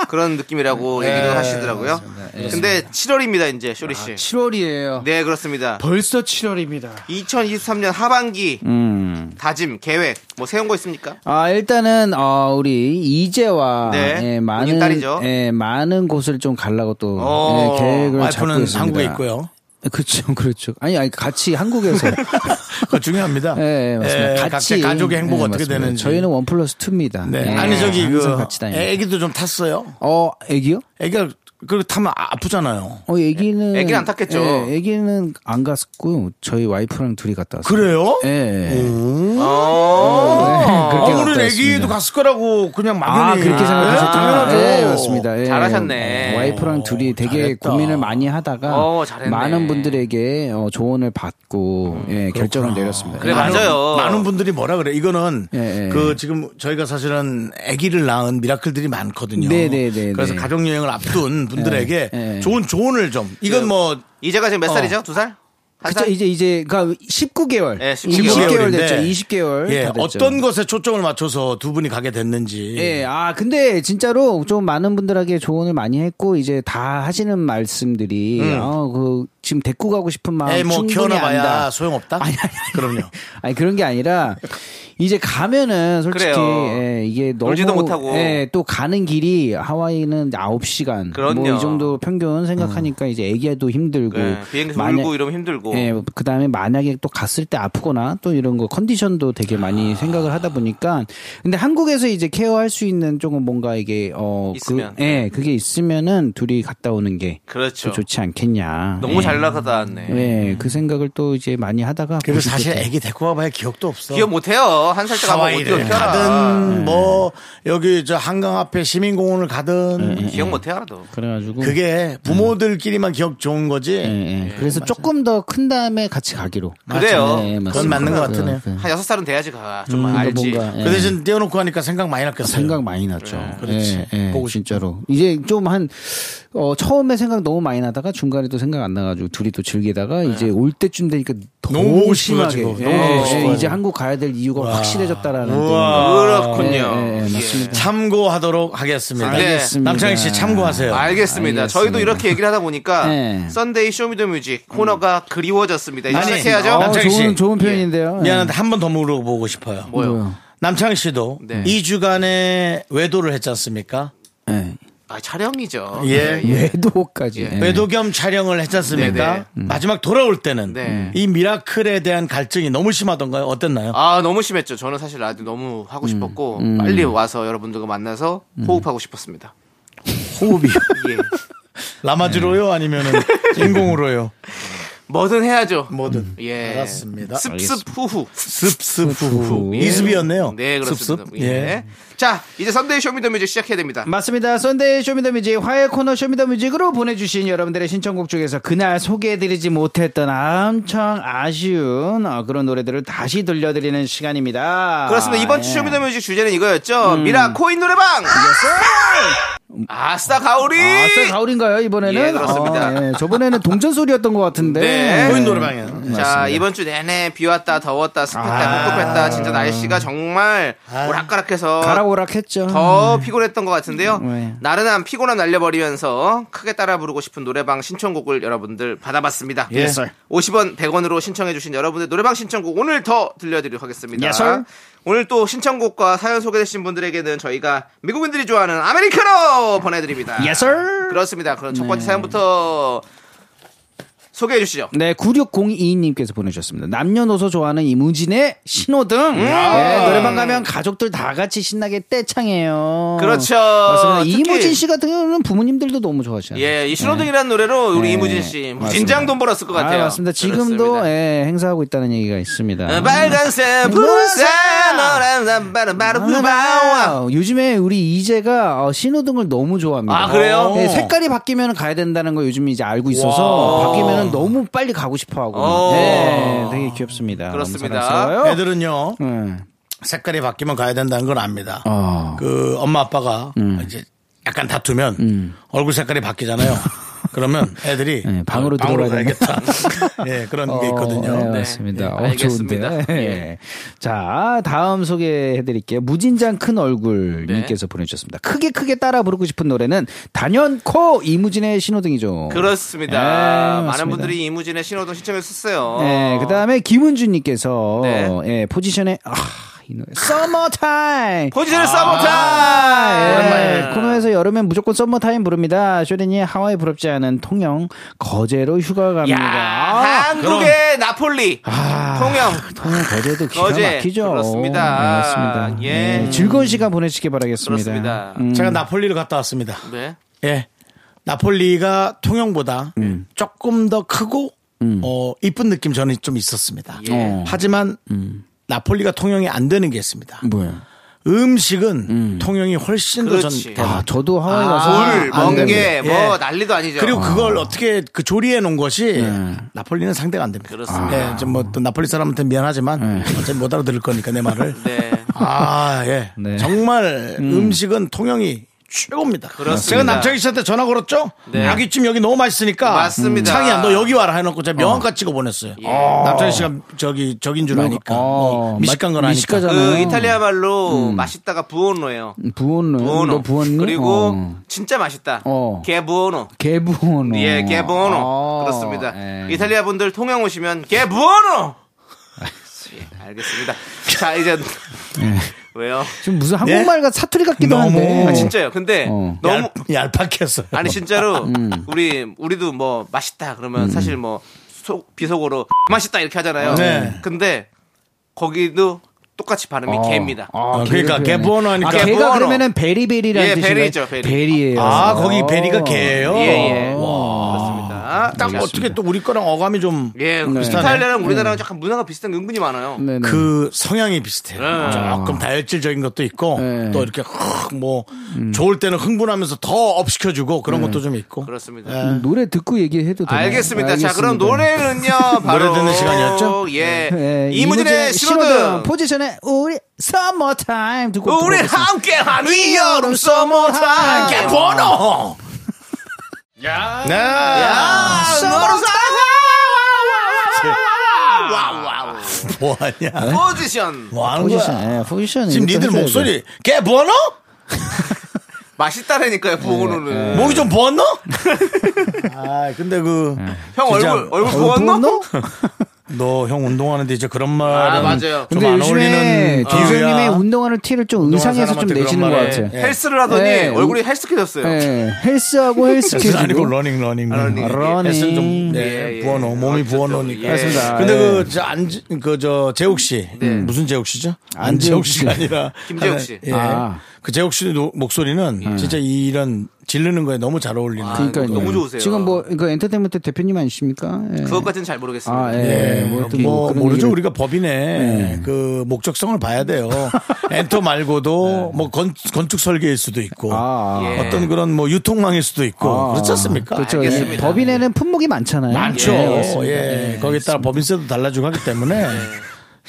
B: 그런 느낌이라고
E: 네,
B: 얘기도 하시더라고요
E: 예.
B: 근데 7월입니다 이제 쇼리씨
E: 7월이에요.
B: 네 그렇습니다
E: 아, 벌써 7월입니다.
B: 2023년 하반기
E: 음.
B: 다짐 계획 뭐 세운 거 있습니까?
E: 아 일단은 어 우리 이재와
B: 네,
E: 예,
B: 본인
E: 많은
B: 딸이죠.
E: 예, 많은 곳을 좀 가려고 또
B: 어,
E: 예, 계획을 잡고
A: 와이프는
E: 있습니다.
A: 한국에 있고요.
E: 그렇죠, 그렇죠. 아니, 아니 같이 한국에서
A: 그거 중요합니다.
E: 예, 예, 맞습니다.
A: 예,
E: 같이
A: 각자 가족의 행복
E: 예,
A: 어떻게
E: 맞습니다.
A: 되는지.
E: 저희는 원 플러스 투입니다.
A: 네.
E: 예,
A: 아니 저기 그
E: 항상 같이 다니고.
A: 애기도 좀 탔어요.
E: 어, 애기요?
A: 애기가 그리고 타면 아- 아프잖아요.
E: 어, 애기는.
B: 애- 애기는 안 탔겠죠.
E: 예, 애기는 안 갔고, 저희 와이프랑 둘이 갔다 왔어요.
A: 그래요?
E: 예. 예.
B: 어.
A: 아,
E: 그렇게 갔다
A: 우리
E: 왔습니다.
A: 애기도 갔을 거라고 그냥
E: 아,
A: 막연히 네.
E: 그렇게 생각하셨구나.
A: 당연하죠.
E: 예, 맞습니다. 예.
B: 잘하셨네.
E: 와이프랑 둘이 되게
A: 잘했다.
E: 고민을 많이 하다가
B: 어, 잘했네.
E: 많은 분들에게 어, 조언을 받고 예, 결정을 내렸습니다.
B: 그래,
E: 예.
A: 많은-
B: 네, 맞아요.
A: 많은 분들이 뭐라 그래. 이거는
E: 예, 예.
A: 그 지금 저희가 사실은 아기를 낳은 미라클들이 많거든요.
E: 네, 네, 네,
A: 그래서
E: 네. 네.
A: 가족 여행을 앞둔 분들에게
E: 예, 예.
A: 좋은 조언을 좀. 이건 뭐
B: 이제가 지금 몇
A: 어.
B: 살이죠? 두 살? 한
E: 그쵸,
B: 살?
E: 이제 이제 그러니까 19개월,
B: 예, 19개월
E: 20개월
A: 인데
E: 됐죠. 20개월.
A: 예,
E: 다 됐죠.
A: 어떤 것에 초점을 맞춰서 두 분이 가게 됐는지.
E: 예, 아, 근데 진짜로 좀 많은 분들에게 조언을 많이 했고, 이제 다 하시는 말씀들이,
B: 음.
E: 어, 그, 지금 데리고 가고 싶은 마음.
B: 네,
A: 에이, 뭐
E: 아, 충분히
A: 키워놔봐야
E: 안다.
A: 소용없다.
E: 아니, 아니, 아니.
A: 그럼요.
E: 아니, 그런 게 아니라, 이제 가면은 솔직히,
B: 그래요.
E: 예, 이게 너무.
B: 놀지도 못하고.
E: 예, 또 가는 길이 하와이는 9시간.
B: 그럼요.
E: 뭐이 정도 평균 생각하니까 이제 애기도 힘들고.
B: 예, 비행기에서
E: 만약-
B: 울고 이러면 힘들고.
E: 예, 그 다음에 만약에 또 갔을 때 아프거나 또 이런 거 컨디션도 되게
B: 아.
E: 많이 생각을 하다 보니까 근데 한국에서 이제 케어할 수 있는 조금 뭔가 이게 어,
B: 있으면.
E: 그, 예, 그게 있으면은 둘이 갔다 오는 게
B: 그렇죠.
E: 더 좋지 않겠냐.
B: 너무
E: 예.
B: 잘 나가다 왔네.
E: 예, 그 생각을 또 이제 많이 하다가
A: 그리고
E: 보실
A: 사실
E: 때-
A: 애기 데리고 와봐야 기억도 없어.
B: 기억 못해요. 한 살짜리 가면 어떻게
A: 하와이를
B: 어떻게 알아.
E: 예.
A: 가든 뭐 여기 저 한강 앞에 시민공원을 가든
B: 음, 기억 못해 알아도.
E: 그래가지고
A: 그게 부모들끼리만 기억 좋은 거지.
E: 예, 예. 그래서 조금 더 큰 다음에 같이 가기로.
B: 그래요.
E: 예, 예,
A: 그건 맞는 것 같으네요. 음,
E: 그- 그-
B: 한 여섯 살은 돼야지 가. 좀
E: 음,
B: 알지.
E: 뭔가, 예.
A: 그 대신 떼어놓고 하니까 생각 많이 났겠어요.
E: 생각 많이 났죠.
A: 네, 그렇지.
E: 예, 예,
A: 보고 싶-
E: 진짜로. 이제 좀 한 어, 처음에 생각 너무 많이 나다가 중간에 또 생각 안 나가지고 둘이 또 즐기다가 이제 올 때쯤 되니까 더
A: 네. 너무 보고
E: 심하게.
A: 싶어가지고.
E: 예,
A: 너무 보고
E: 예,
A: 싶어가지고.
E: 이제 한국 가야 될 이유가 확실해졌다라는.
A: 우와.
B: 그렇군요.
E: 예, 예, 예,
B: 예.
E: 맞습니다.
A: 참고하도록 하겠습니다.
B: 네.
E: 알겠습니다.
A: 남창희 씨 참고하세요.
B: 예. 알겠습니다.
E: 알겠습니다.
B: 저희도 이렇게 얘기를 하다 보니까
E: 네.
B: 썬데이 쇼미더뮤직 코너가 그리워졌습니다. 이제
A: 아니,
B: 시작해야죠.
A: 어,
E: 어,
A: 남창희 씨.
E: 좋은 좋은 표현인데요.
A: 미안한데 한 번 더 물어보고 싶어요.
B: 뭐요?
A: 남창희 씨도
B: 네.
A: 이주간의 외도를 했지 않습니까?
E: 예. 예.
B: 아, 촬영이죠. 음.
A: 예.
E: 외도까지.
B: 예.
E: 예.
A: 외도 겸 촬영을 했지 않습니까?
B: 네, 네.
A: 마지막 돌아올 때는
B: 네.
A: 이 미라클에 대한 갈증이 너무 심하던가요? 어땠나요?
B: 아, 너무 심했죠. 저는 사실 라디오 너무 하고 싶었고 빨리 와서 여러분들과 만나서 호흡하고 싶었습니다.
A: 호흡이
B: 예. 네.
A: 라마주로요? 아니면은 인공으로요?
B: 뭐든 해야죠.
A: 뭐든.
B: 예.
A: 알았습니다.
B: 습습 후후.
A: 습습후후. 이습이었네요.
B: 네, 그렇습니다.
A: 습습.
B: 예. 자, 이제 선데이 쇼미더뮤직 시작해야 됩니다.
E: 맞습니다. 썬데이 쇼미더뮤직 화요일 코너 쇼미더뮤직으로 보내주신 여러분들의 신청곡 중에서 그날 소개해드리지 못했던 엄청 아쉬운 어, 그런 노래들을 다시 들려드리는 시간입니다.
B: 그렇습니다. 이번 주 쇼미더뮤직 주제는 이거였죠. 미라 코인 노래방. 아싸 가오리.
E: 예. 아싸 가을인가요 이번에는?
B: 예, 그렇습니다.
E: 아, 예. 저번에는 동전 소리였던 것 같은데.
B: 네.
A: 코인 노래방이에요.
B: 자 이번 주 내내 비 왔다 더웠다 습했다 꿉꿉했다 진짜 날씨가 정말 오락가락해서
E: 음, 가락오락했죠. 음.
B: 더 피곤했던 것 같은데요.
E: 네.
B: 나른한 피곤함 날려버리면서 크게 따라 부르고 싶은 노래방 신청곡을 여러분들 받아봤습니다.
A: 예. Yes, sir.
B: 50원 100원으로 신청해주신 여러분들 노래방 신청곡 오늘 더 들려드리도록 하겠습니다.
E: Yes, sir.
B: 오늘 또 신청곡과 사연 소개되신 분들에게는 저희가 미국인들이 좋아하는 아메리카노 보내드립니다.
E: Yes, sir.
B: 그렇습니다. 그럼 첫 번째 사연부터 소개해 주시죠.
E: 네, 9602님께서 보내주셨습니다. 남녀노소 좋아하는 이무진의 신호등.
B: 음.
E: 네,
B: 아.
E: 노래방 가면 가족들 다 같이 신나게 떼창해요.
B: 그렇죠.
E: 맞습니다.
B: 특히-
E: 이무진 씨 같은 경우는 부모님들도 너무 좋아하시잖아요.
B: 예, 이 신호등이라는 노래로 우리
E: 네.
B: 이무진 씨
E: 맞습니다.
B: 진장 돈 벌었을 것 같아요.
E: 아, 맞습니다. 지금도
B: 그렇습니다.
E: 예, 행사하고 있다는 얘기가 있습니다.
B: 어, 빨간색, 푸른색, 노란 산바람 바로 후바와.
E: 와우. 요즘에 우리 이재가 어, 신호등을 너무 좋아합니다.
B: 아, 그래요?
E: 예, 색깔이 바뀌면 가야 된다는 걸 요즘 이제 알고 있어서 바뀌면 너무 빨리 가고 싶어하고.
B: 오.
E: 예, 되게 귀엽습니다.
B: 그렇습니다.
E: 너무
B: 어.
E: 사랑스러워요.
A: 애들은요
E: 음.
A: 색깔이 바뀌면 가야 된다는 걸 압니다.
E: 어.
A: 그 엄마 아빠가
E: 음.
A: 이제 약간 다투면 얼굴 색깔이 바뀌잖아요. 그러면 애들이
E: 네, 방으로 들어가야
A: 가야겠다. 예, 그런 게 있거든요.
E: 네,
A: 네.
E: 맞습니다.
B: 예,
E: 어,
B: 알겠습니다.
E: 좋은데.
B: 예.
E: 예. 자, 다음 소개해드릴게요. 무진장 큰
B: 네.
E: 얼굴님께서 보내주셨습니다. 크게 크게 따라 부르고 싶은 노래는 단연코 이무진의 신호등이죠.
B: 그렇습니다.
E: 예,
B: 많은
E: 맞습니다.
B: 분들이 이무진의 신호등 신청했었어요.
E: 예, 그 다음에 김은주님께서
B: 네.
E: 예, 포지션에 아, 이 노래. 서머타임.
B: 포지션을 네. 써보자!
E: 아, 예, 코너에서 여름엔 무조건 썸머타임 부릅니다. 쇼린이 하와이 부럽지 않은 통영 거제로 휴가
B: 야,
E: 갑니다. 아,
B: 한국의 나폴리. 통영.
E: 통영 거제도 기가
B: 거제.
E: 막히죠. 네,
B: 그렇습니다.
E: 맞습니다. 네,
B: 예.
E: 예, 즐거운 시간 보내시길 바라겠습니다.
B: 그렇습니다.
E: 음.
A: 제가 나폴리를 갔다 왔습니다.
B: 네.
A: 예. 나폴리가 통영보다
E: 음.
A: 조금 더 크고 어 이쁜 느낌 저는 좀 있었습니다.
E: 어.
A: 하지만 나폴리가 통영이 안 되는 게 있습니다.
E: 뭐야?
A: 음식은 통영이 훨씬 더
B: 그렇지.
A: 전
E: 아,
A: 대단.
E: 저도 하와이 가서
B: 돌,
E: 안 됩니다.
B: 멍게, 뭐
A: 예.
B: 난리도 아니죠.
A: 그리고 그걸 어떻게 그 조리해 놓은 것이
E: 네.
A: 나폴리는 상대가 안 됩니다.
B: 그렇습니다.
A: 예, 좀 뭐 또 나폴리 사람한테 미안하지만
E: 네.
A: 어차피 못 알아들을 거니까 내 말을.
B: 네.
A: 아, 예.
E: 네.
A: 정말 음. 식은 통영이 최고입니다.
B: 그렇습니다.
A: 제가 남창희 씨한테 전화 걸었죠?
B: 네.
A: 아기찜 여기 너무 맛있으니까.
B: 맞습니다. 예.
A: 창희야, 너 여기 와라 해놓고 제가 명함까지 찍어 보냈어요. 남창희 씨가 저기, 적인 줄 아니까.
E: 어,
A: 뭐 미식간 건
E: 마-
A: 아니까.
E: 미식가잖아.
B: 그 이탈리아 말로 맛있다가 부오노예요.
E: 부원노. 너
B: 부오노.
E: 음. 뭐 부원니?
B: 그리고
E: 어.
B: 진짜 맛있다.
E: 어.
B: 개부오노.
E: 개부원노.
B: 예, 개부오노.
E: 어.
B: 그렇습니다.
E: 음, 예.
B: 이탈리아 분들 통영 오시면 개부오노. 예, 알겠습니다. 자, 이제
E: 예.
B: 왜요?
E: 지금 무슨 한국말과 사투리 같기도
A: 너무-
E: 한데.
A: 아,
B: 네? 진짜요. 근데
E: 어. 음.
B: 너무
A: 얄, 얄팍했어요.
B: 아니 진짜로 우리 우리도 뭐 맛있다 그러면 사실 뭐 속 비속어로 맛있다 이렇게 하잖아요.
A: 네.
B: 근데 거기도 똑같이 발음이
E: 어.
B: 개입니다. 아,
A: 어, 그러니까 개 부원어 하니까.
E: 아, 개가
B: 부원어.
E: 그러면은 베리베리라는
B: 예,
E: 뜻인가요?
B: 베리죠, 베리.
E: 베리예요.
A: 아, 거기
E: 어.
A: 베리가 개예요
B: 예예.
E: 아,
B: 그렇습니다.
A: 딱 어떻게 또 우리 거랑 어감이 좀.
B: 예, 이탈리아랑 우리나라랑 약간 문화가 비슷한 게 은근히 많아요.
E: 네. 음. 네네.
A: 그 성향이 비슷해요.
B: 네.
A: 조금 다혈질적인 것도 있고
E: 네.
A: 또 이렇게 흑, 뭐 좋을 때는 흥분하면서 더 업시켜주고
E: 네.
A: 그런 것도 좀 있고.
B: 그렇습니다.
A: 예.
E: 노래 듣고 얘기해도 되나요?
B: 알겠습니다. 자,
E: 알겠습니다.
B: 그럼 노래는요. 바로
A: 노래 듣는 시간이었죠?
B: 예.
E: 예,
B: 이무진의
E: 이무진의
B: 신호등. 아,
E: 포지션에 우리 서머타임 듣고
B: 우리
E: 들어오겠습니다.
B: 함께 하는 여름 서머타임.
A: 개 아, 번호. 네.
B: 서머타임.
A: 뭐하냐?
B: 포지션.
A: 뭐하는 거야?
E: 네? 포지션, 예, 포지션
A: 지금
E: 이것도
A: 니들
E: 해줘야죠.
A: 목소리 개 번호?
B: 맛있다라니까요, 부호로는. 뭐,
A: 목이 좀 번호? 아 근데 그.
E: 네.
B: 형
A: 진짜
B: 얼굴, 얼굴
E: 어,
A: 얼굴
B: 부었노?
E: 분노?
A: 너 형 운동하는데 이제 그런 말은
B: 아, 맞아요.
A: 좀
E: 근데
A: 안
E: 요즘에
A: 어울리는 아,
E: 조수님의
A: 기후야.
E: 운동하는 티를 좀 의상에서 좀
A: 사람한테
E: 내시는
A: 그런
E: 것
A: 말을
E: 같아요.
A: 예.
B: 네. 헬스를 하더니
E: 예.
B: 얼굴이 헬스케졌어요.
E: 예, 헬스하고
A: 헬스는 아니고
E: 헬스케이지고
A: 러닝 러닝
B: 러닝.
E: 러닝.
A: 헬스는 좀
B: 예,
A: 네,
B: 예.
A: 부어놓 몸이
B: 어쨌든,
A: 부어놓으니까
B: 예. 맞습니다.
A: 근데
E: 아,
A: 그 저안그저 재욱 씨 음, 무슨 재욱 씨죠? 안재욱
E: 안재욱
A: 씨가 아니라
B: 김재욱
A: 하나,
B: 씨.
A: 예.
E: 아.
A: 그 재욱 씨 노- 목소리는 진짜 이런 질르는 거에 너무 잘 어울리는.
E: 그러니까
B: 너무 좋으세요.
E: 지금 뭐 그 엔터테인먼트 대표님 아니십니까? 예.
B: 그것까지는 잘 모르겠습니다.
E: 아,
A: 예,
E: 예. 뭐,
A: 뭐,
E: 하여튼 뭐 그런
A: 모르죠
E: 얘기를-
A: 우리가 법인의 그 목적성을 봐야 돼요. 엔터 말고도 뭐 건, 건축 설계일 수도 있고
E: 아,
B: 예.
A: 어떤 그런 뭐 유통망일 수도 있고
E: 아.
A: 그렇지 않습니까?
E: 그렇죠. 예,
B: 알겠습니다.
E: 법인에는 품목이 많잖아요.
A: 많죠.
E: 예, 맞습니다.
A: 그렇죠.
E: 네.
A: 예. 거기에 따라 법인세도 달라지고 하기 때문에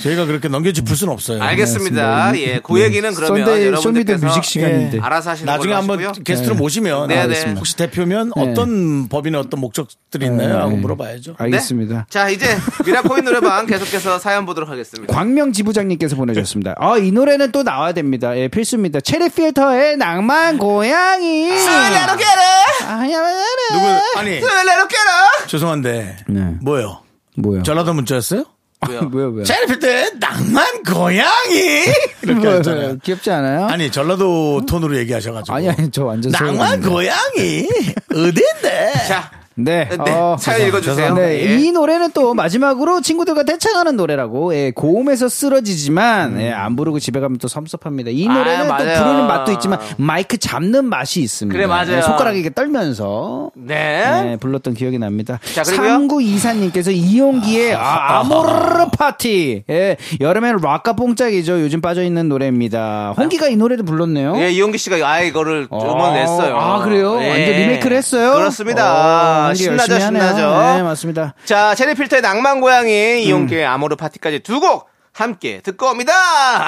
A: 저희가 그렇게 넘겨짚을 수는 없어요.
B: 알겠습니다. 예, 그 얘기는 그러면
E: 썬데이 쇼미더
B: 여러분들께서
E: 뮤직 시간인데.
A: 예.
B: 알아서 하시는
A: 나중에
B: 걸로
A: 한번
B: 하시고요.
A: 게스트로 모시면
B: 네, 네.
A: 혹시 대표면 어떤 법인의 어떤 목적들이 있나요? 하고 물어봐야죠.
B: 네?
E: 예. 알겠습니다.
B: 자, 이제 미라코인 노래방 계속해서 사연 보도록 하겠습니다.
E: 광명 지부장님께서 보내주셨습니다. 아, 이 노래는 또 나와야 됩니다. 예, 필수입니다. 체리 필터의 낭만 고양이.
B: 술래로 깨라!
E: 아, 야, 야, 야.
A: 누구 아니
B: 술래로 깨라!
A: 죄송한데
E: 네.
A: 뭐요?
E: 뭐야? 아,
A: 전라도 문자였어요?
B: 뭐야?
E: 뭐야, 뭐야?
A: 제일 때 낭만 고양이 이렇게
E: 뭐,
A: 하잖아요.
E: 귀엽지 않아요?
A: 아니 전라도 톤으로 얘기하셔가지고
E: 네. 아니, 아니, 저 완전
A: 낭만
E: 소름입니다.
A: 고양이 어딘데?
B: 자,
E: 네.
B: 네,
E: 어,
B: 사연 읽어주세요.
E: 네,
B: 예.
E: 이 노래는 또 마지막으로 친구들과 대창하는 노래라고 예, 고음에서 쓰러지지만 예, 안 부르고 집에 가면 또 섭섭합니다. 이
B: 음. 아,
E: 노래는 또
B: 맞아요.
E: 부르는 맛도 있지만 마이크 잡는 맛이 있습니다.
B: 그래, 맞아요.
E: 예, 손가락 이렇게 떨면서
B: 네.
E: 네, 불렀던 기억이 납니다.
B: 자, 그리고요?
E: 3924님께서 이용기의 아, 아모르 파티. 예, 여름엔 락가 뽕짝이죠. 요즘 빠져있는 노래입니다. 홍기가 이 노래도 불렀네요.
B: 예, 이용기 씨가 아예 이거를
E: 아,
B: 음원냈어요.
E: 어? 아, 그래요?
B: 예.
E: 완전 리메이크를 했어요?
B: 그렇습니다.
E: 어, 홍기
B: 신나죠,
E: 열심히 하네요.
B: 신나죠.
E: 네, 맞습니다. 음.
B: 자, 체리필터의 낭만 고양이, 이용기의 아모르 파티까지 두 곡 함께 듣고 옵니다.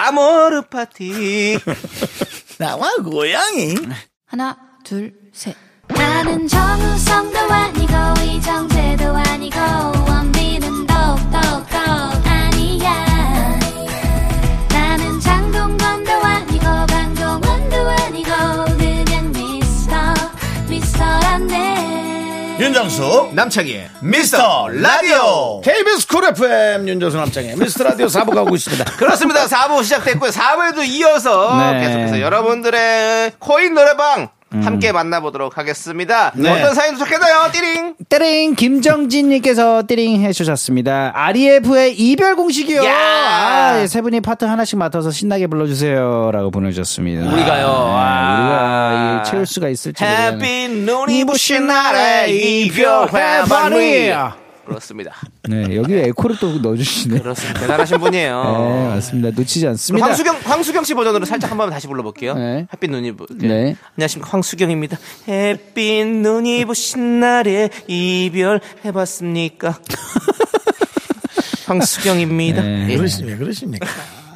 B: 아모르 파티.
A: 낭만 고양이
E: 네.
D: 하나, 둘, 셋. 나는 정우성도 아니고, 이정재도 아니고, 원빈은 더욱더 아니야. 나는 장동건도 아니고, 방종원도 아니고, 그냥 미스터, 미스터란데.
A: 윤정수
B: 남창희의 미스터 라디오.
A: KBS 쿨 FM 윤정수 남창의 미스터 라디오 사부 가고 있습니다.
B: 그렇습니다. 4부 시작됐고요. 4부에도 이어서
E: 네. 음.
B: 계속해서 여러분들의 코인 노래방 함께 만나보도록 하겠습니다.
E: 네.
B: 어떤 사연 도착했나요? 띠링!
E: 띠링 김정진님께서 띠링 해주셨습니다. 아리에프의 이별 공식이요.
B: 야!
E: 아, 예, 세 분이 파트 하나씩 맡아서 신나게 불러주세요라고 보내주셨습니다.
B: 우리가요.
E: 아,
B: 와.
E: 우리가 이 채울 수가 있을지 모르겠네.
B: 햇빛 눈이 부신 날에 이별해 봤니? 그렇습니다.
E: 네 여기 에코를 또 넣어주시네.
B: 그렇습니다. 대단하신 분이에요.
E: 네 맞습니다. 놓치지 않습니다.
B: 황수경 황수경 씨 버전으로 살짝 한번 다시 불러볼게요.
E: 네.
B: 햇빛 눈이 부.
E: 네.
B: 안녕하십니까 황수경입니다. 햇빛 눈이 부신 날에 이별 해봤습니까? 황수경입니다.
E: 네.
B: 예,
A: 그러시, 왜 그러십니까?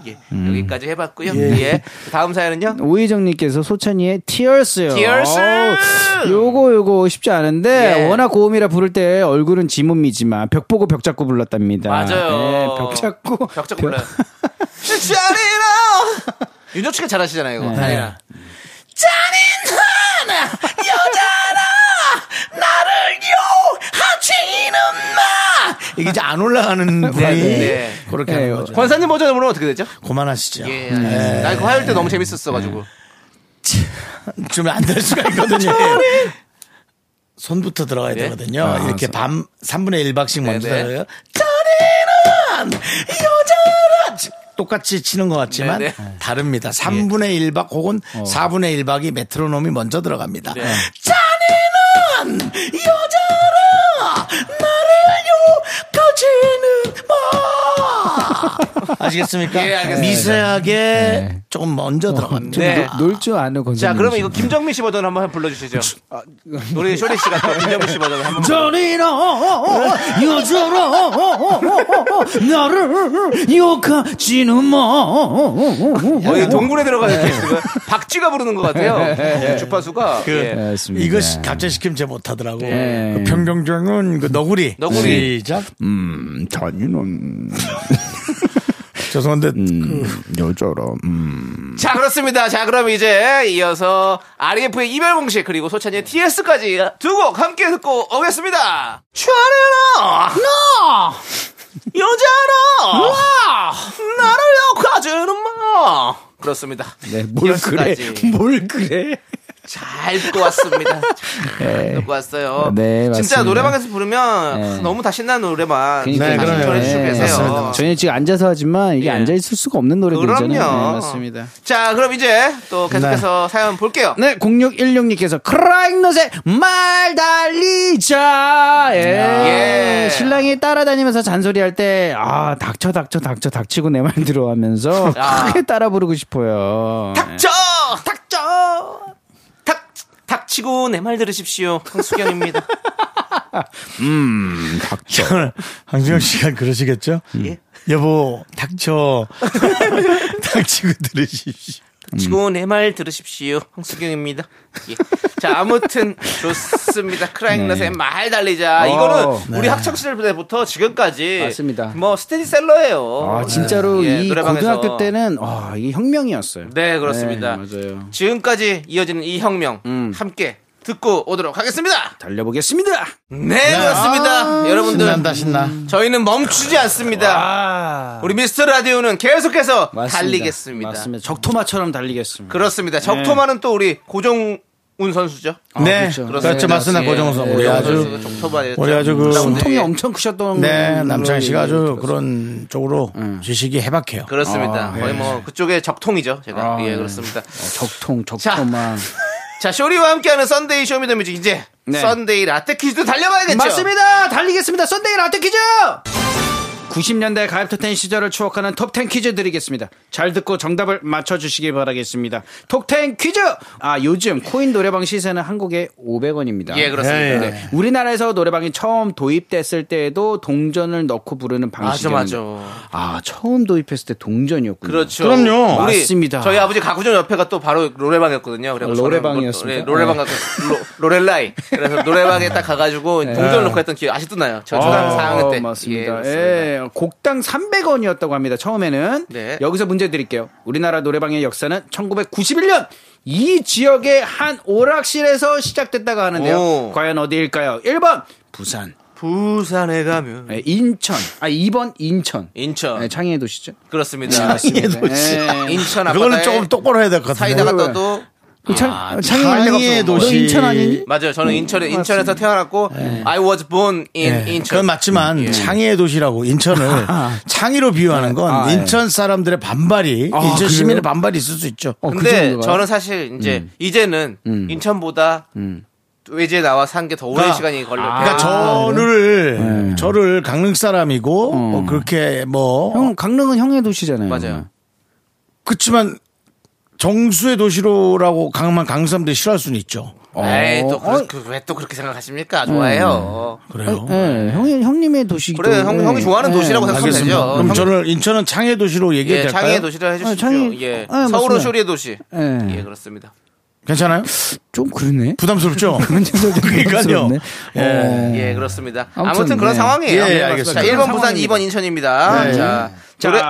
B: 예, 여기까지 해봤고요. 예. 다음 사연은요.
E: 오희정님께서 소찬이의 Tears요.
B: Tears!
E: 어우, 요거 요거 쉽지 않은데
B: 예.
E: 워낙 고음이라 부를 때 얼굴은 지문미지만 벽 보고 벽 잡고 불렀답니다.
B: 맞아요. 네,
E: 예, 벽 잡고
B: 벽 잡고 불러요. 잔인아 윤정씨가 잘하시잖아요 이거 잔인아 잔인한 여자나 나를 욕하지는 마
A: 이게 이제 안 올라가는 분이
B: 네.
A: 그렇게
E: 예,
A: 하는 거죠.
B: 권사님 버전으로 어떻게 되죠?
A: 그만하시죠.
B: 예, 알겠습니다. 네. 나 이거 화요일 때 너무 재밌었어가지고
A: 좀 안 될 수가 있거든요. 손부터 들어가야
B: 네.
A: 되거든요. 이렇게 밤 3분의 1박씩 먼저
B: 네, 네.
A: 들어요. 짜리는 여자라 똑같이 치는 것 같지만
B: 네,
A: 다릅니다. 3분의 1박 혹은 4분의 1박이 메트로놈이 먼저 들어갑니다.
B: 네.
A: 짜리는 여자라 나를 욕하지는 마 아시겠습니까?
B: 예, 알겠습니다.
A: 미세하게 조금 먼저 들어갑니다.
B: 네.
E: 놀줄 아는 건.
B: 자 그러면 이거 김정민 씨 버전 한번 불러주시죠 아, 우리 쇼리 씨가 또 김정민 씨 버전 한번 불러-
E: 전이로 여자로 나를 욕하지는 마.
B: 어, 이거 동굴에 들어가는 케이스가 박쥐가 부르는 것 같아요 네, 주파수가
A: 그
B: 예.
E: 알겠습니다.
A: 이거 시- 갑자기 시키면 제 못하더라고.
E: 네.
A: 그 평경정은 그 너구리.
B: 너구리.
A: 시작.
E: 음, 전이는
A: 죄송한데 그
E: 여자로. 음.
B: 자 그렇습니다. 자 그럼 이제 이어서 RF의 이별 공식 그리고 소찬이의 TS까지 두 곡 함께 듣고 오겠습니다. 촬해라 너 여자라 와 나를 욕하지는 마 그렇습니다.
E: 네, 뭘 그래?
B: 여기까지.
E: 뭘 그래?
B: 잘 듣고 왔습니다. 잘 듣고 왔어요.
E: 네, 맞습니다.
B: 진짜 노래방에서 부르면
E: 네.
B: 너무 다 신나는 노래만
A: 그러니까요.
B: 다시 전해주시고
A: 네,
B: 계세요.
A: 맞습니다.
E: 저희는 지금 앉아서 하지만 이게
B: 예.
E: 앉아 있을 수가 없는 노래들이잖아요.
B: 그럼요.
E: 네, 맞습니다.
B: 자 그럼 이제 또 계속해서 사연 볼게요.
E: 네, 0616님께서 크라잉넛의 말 달리자. 예.
B: 예.
E: 신랑이 따라다니면서 잔소리할 때, 아, 닥쳐, 닥쳐, 닥쳐, 닥치고 내 말 들어하면서
B: 아.
E: 크게 따라 부르고 싶어요.
B: 닥쳐! 네. 닥쳐! 닥, 닥치고 내 말 들으십시오. 황수경입니다.
E: 음.
A: 저는 황준영 씨가 그러시겠죠?
B: 예.
A: 여보, 닥쳐. 닥치고 들으십시오.
B: 닥치고 내 말 들으십시오. 황수경입니다. 예. 자, 아무튼 좋습니다.
E: 네.
B: 크라잉넛의 말 달리자.
E: 오,
B: 이거는 우리 학창시절 때부터 지금까지.
E: 어, 네. 맞습니다.
B: 뭐, 스테디셀러예요.
E: 아, 진짜로
B: 예,
E: 이
B: 노래방에서.
E: 고등학교 때는, 와, 이게 혁명이었어요.
B: 네, 그렇습니다.
E: 네, 맞아요. 음.
B: 지금까지 이어지는 이 혁명. 함께 듣고 오도록 하겠습니다.
E: 달려보겠습니다.
B: 네, 그렇습니다. 여러분들.
A: 아, 신난다, 신나. 아.
B: 저희는 멈추지 않습니다. 우리 미스터 라디오는 계속해서
E: 맞습니다.
B: 달리겠습니다.
E: 맞습니다. 적토마처럼 달리겠습니다.
B: 그렇습니다. 적토마는 또 우리 고정운 선수죠. 예.
A: 네.
E: 그렇죠.
A: 그렇죠. 맞습니다. 고정선. 우리 아주,
B: 적토마에
A: 우리 아주 그,
B: 예.
E: 통이 엄청 크셨던
A: 네,
E: 걸로
A: 남창희 씨가 아주
E: 들었어요.
A: 그런 쪽으로 지식이 해박해요. 아,
B: 그렇습니다.
A: 예.
B: 거의 뭐 그쪽에 적통이죠. 제가
E: 아,
B: 예
E: 네.
B: 그렇습니다.
E: 적통, 적토만.
B: 자 쇼리와 함께하는 썬데이 쇼미더뮤직 이제
E: 네.
B: 썬데이 라떼 퀴즈도 달려봐야겠죠.
E: 맞습니다. 달리겠습니다. 썬데이 라떼 퀴즈. 90년대 가입토텐 시절을 추억하는 톱10 퀴즈 드리겠습니다. 잘 듣고 정답을 맞춰주시기 바라겠습니다. 톱10 퀴즈! 아, 요즘 코인 노래방 시세는 한국에 500원입니다.
B: 예 그렇습니다.
A: 예, 예.
B: 네.
E: 우리나라에도 노래방이 처음 도입됐을 때에도 동전을 넣고 부르는
B: 맞아
E: 방식이
B: 맞아.
E: 아, 처음 도입했을 때 동전이었군요.
B: 그렇죠.
A: 그럼요.
B: 우리
E: 맞습니다.
B: 저희 아버지 가구점 옆에가 또 바로 노래방이었거든요. 그래서
E: 어, 노래방이었습니까?
B: 네, 노래방
E: 네.
B: 가서 로, 렐라이 그래서 노래방에 딱 가가지고 동전 놓고 했던 기억 아직도 나요. 저 초등
E: 어,
B: 상황 때.
E: 맞습니다.
B: 예,
E: 예, 곡당 300원이었다고 합니다. 처음에는
B: 네.
E: 여기서 문제 드릴게요. 우리나라 노래방의 역사는 1991년 이 지역의 한 오락실에서 시작됐다고 하는데요.
B: 오.
E: 과연 어디일까요? 1번 부산,
B: 부산에 가면
E: 예, 인천. 아 2번 인천.
B: 인천
E: 예, 창의의 도시죠.
B: 그렇습니다. 네.
E: 맞습니다.
A: 도시.
E: 예.
B: 인천
A: 그거는
B: 아빠다에
A: 조금 똑바로 해야 될 것 같아요.
B: 사이다가 떠도
E: 창, 아, 창이
A: 창의의
E: 알려봤어. 너
A: 도시.
E: 인천 아니니?
B: 맞아요. 저는 인천에 인천에서 태어났고 I was born in
A: 예,
B: 인천.
A: 그건 맞지만 창의의 도시라고 인천을 창의로 비유하는 건
E: 아, 예.
A: 인천 사람들의 반발이
E: 아,
A: 인천
E: 그래요?
A: 시민의 반발이 있을 수 있죠.
E: 어, 그
B: 근데
E: 정도가요?
B: 저는 사실 이제 이제는 인천보다 외지에 나와 산 게 더 오랜
A: 그러니까-
B: 시간이 걸려.
E: 아,
A: 그러니까 저를 저를 강릉 사람이고 뭐 그렇게 뭐
E: 형 강릉은 형의 도시잖아요.
B: 맞아요.
A: 그렇지만 정수의 도시로라고 강만 강릉 사람들이 싫어할 수는 있죠.
B: 에이
E: 어.
B: 또왜또 그렇게 생각하십니까? 좋아해요.
A: 그래요.
E: 예, 형이 형님의 도시기
B: 그래 형
E: 때문에.
B: 형이 좋아하는
E: 예.
B: 도시라고 생각하면
A: 알겠습니다.
B: 되죠.
A: 그럼 저는 인천은 창의 도시로 얘기해도
B: 예,
A: 될까요?
B: 창의의 도시라 해주십시오.
E: 아, 창의-
B: 예,
E: 아, 맞습니다.
B: 서울은 쇼리의 도시.
E: 예.
B: 예, 그렇습니다.
A: 괜찮아요?
E: 좀 그러네.
A: 부담스럽죠? 그러니까요. 예.
B: 예, 그렇습니다.
E: 네. 아무튼,
B: 아무튼, 그런
E: 네.
B: 상황이에요.
A: 예, 예,
B: 자,
A: 알겠습니다.
B: 1번 부산,
E: 상황입니다.
B: 2번 인천입니다.
A: 네.
B: 자,
E: 자.
B: 노래,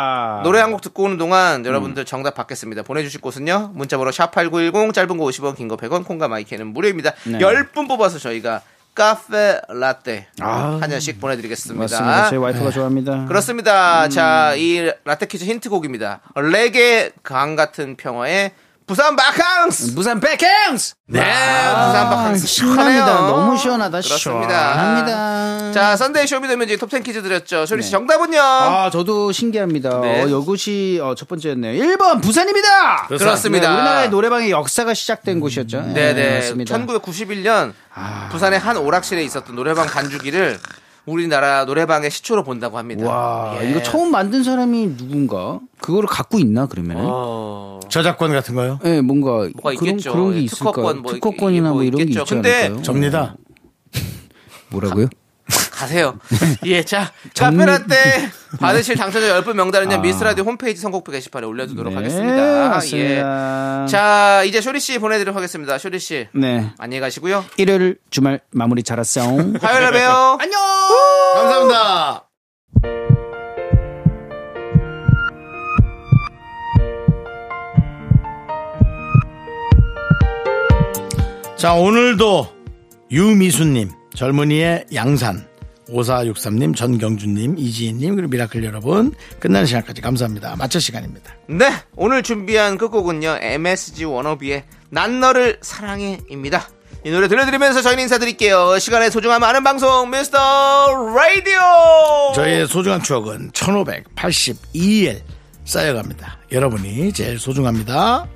B: 노래 한 곡 듣고 오는 동안 여러분들 정답 받겠습니다. 보내주실 곳은요. 문자번호 샵8910, 짧은 거 50원, 긴 거 100원, 콩과 마이크는 무료입니다.
E: 네.
B: 10분 뽑아서 저희가 카페 라떼
E: 아.
B: 한 잔씩 보내드리겠습니다. 네.
E: 맞습니다. 제 와이프가 좋아합니다.
B: 음.
E: 음.
B: 그렇습니다. 자, 이 라떼 퀴즈 힌트곡입니다. 레게 강 같은 평화의 부산 바캉스!
E: 부산 백행스.
B: 네, 부산 바캉스
E: 음. 아, 시원합니다.
B: 시원해요.
E: 너무 시원하다.
B: 그렇습니다.
E: 시원합니다. 네.
B: 자, 선데이 쇼미더뮤직 톱10 퀴즈 드렸죠. 쇼리 씨 정답은요?
E: 아, 저도 신기합니다.
B: 네.
E: 어, 여굿이 어, 첫 번째였네요. 1번 부산입니다.
B: 그렇습니다.
E: 네, 우리나라의 노래방의 역사가 시작된 곳이었죠.
B: 네,
E: 네,
B: 네.
E: 맞습니다. 아.
B: 1991년 부산의 한 오락실에 있었던 노래방 간주기를 우리나라 노래방의 시초로 본다고 합니다.
E: 와,
B: 예.
E: 아, 이거 처음 만든 사람이 누군가? 그거를 갖고 있나 그러면은?
B: 어,
A: 저작권 같은 거요?
E: 예, 뭔가
B: 뭐가
E: 그런
B: 있겠죠.
E: 그런 게
B: 예,
E: 있을까?
B: 특허권 뭐
E: 특허권이나
B: 이게
E: 뭐
B: 뭐
E: 이런 게
B: 있겠죠.
E: 있지
B: 근데
E: 않을까요?
A: 접니다.
E: 뭐라고요?
B: 가세요. 예, 자, 카페라떼 받으실 당첨자 10분 명단은요. 미스라디오 홈페이지 선곡표 게시판에 올려두도록
E: 네,
B: 하겠습니다.
E: 맞습니다.
B: 예. 자, 이제 쇼리 씨 보내드리도록 하겠습니다. 쇼리 씨.
E: 네.
B: 안녕히 가시고요.
E: 일요일 주말 마무리 잘했어요.
B: 화요일에 봬요.
A: 감사합니다. 자, 오늘도 유미수님, 젊은이의 양산, 5463님, 전경준님, 이지인님, 그리고 미라클 여러분, 끝나는 시간까지 감사합니다. 마칠 시간입니다.
B: 네, 오늘 준비한 끝곡은요. MSG 워너비의 난 너를 사랑해입니다. 이 노래 들려드리면서 저희는 인사드릴게요. 시간의 소중함 아는 방송 미스터 라디오.
A: 저희의 소중한 추억은 1582일 쌓여갑니다. 여러분이 제일 소중합니다.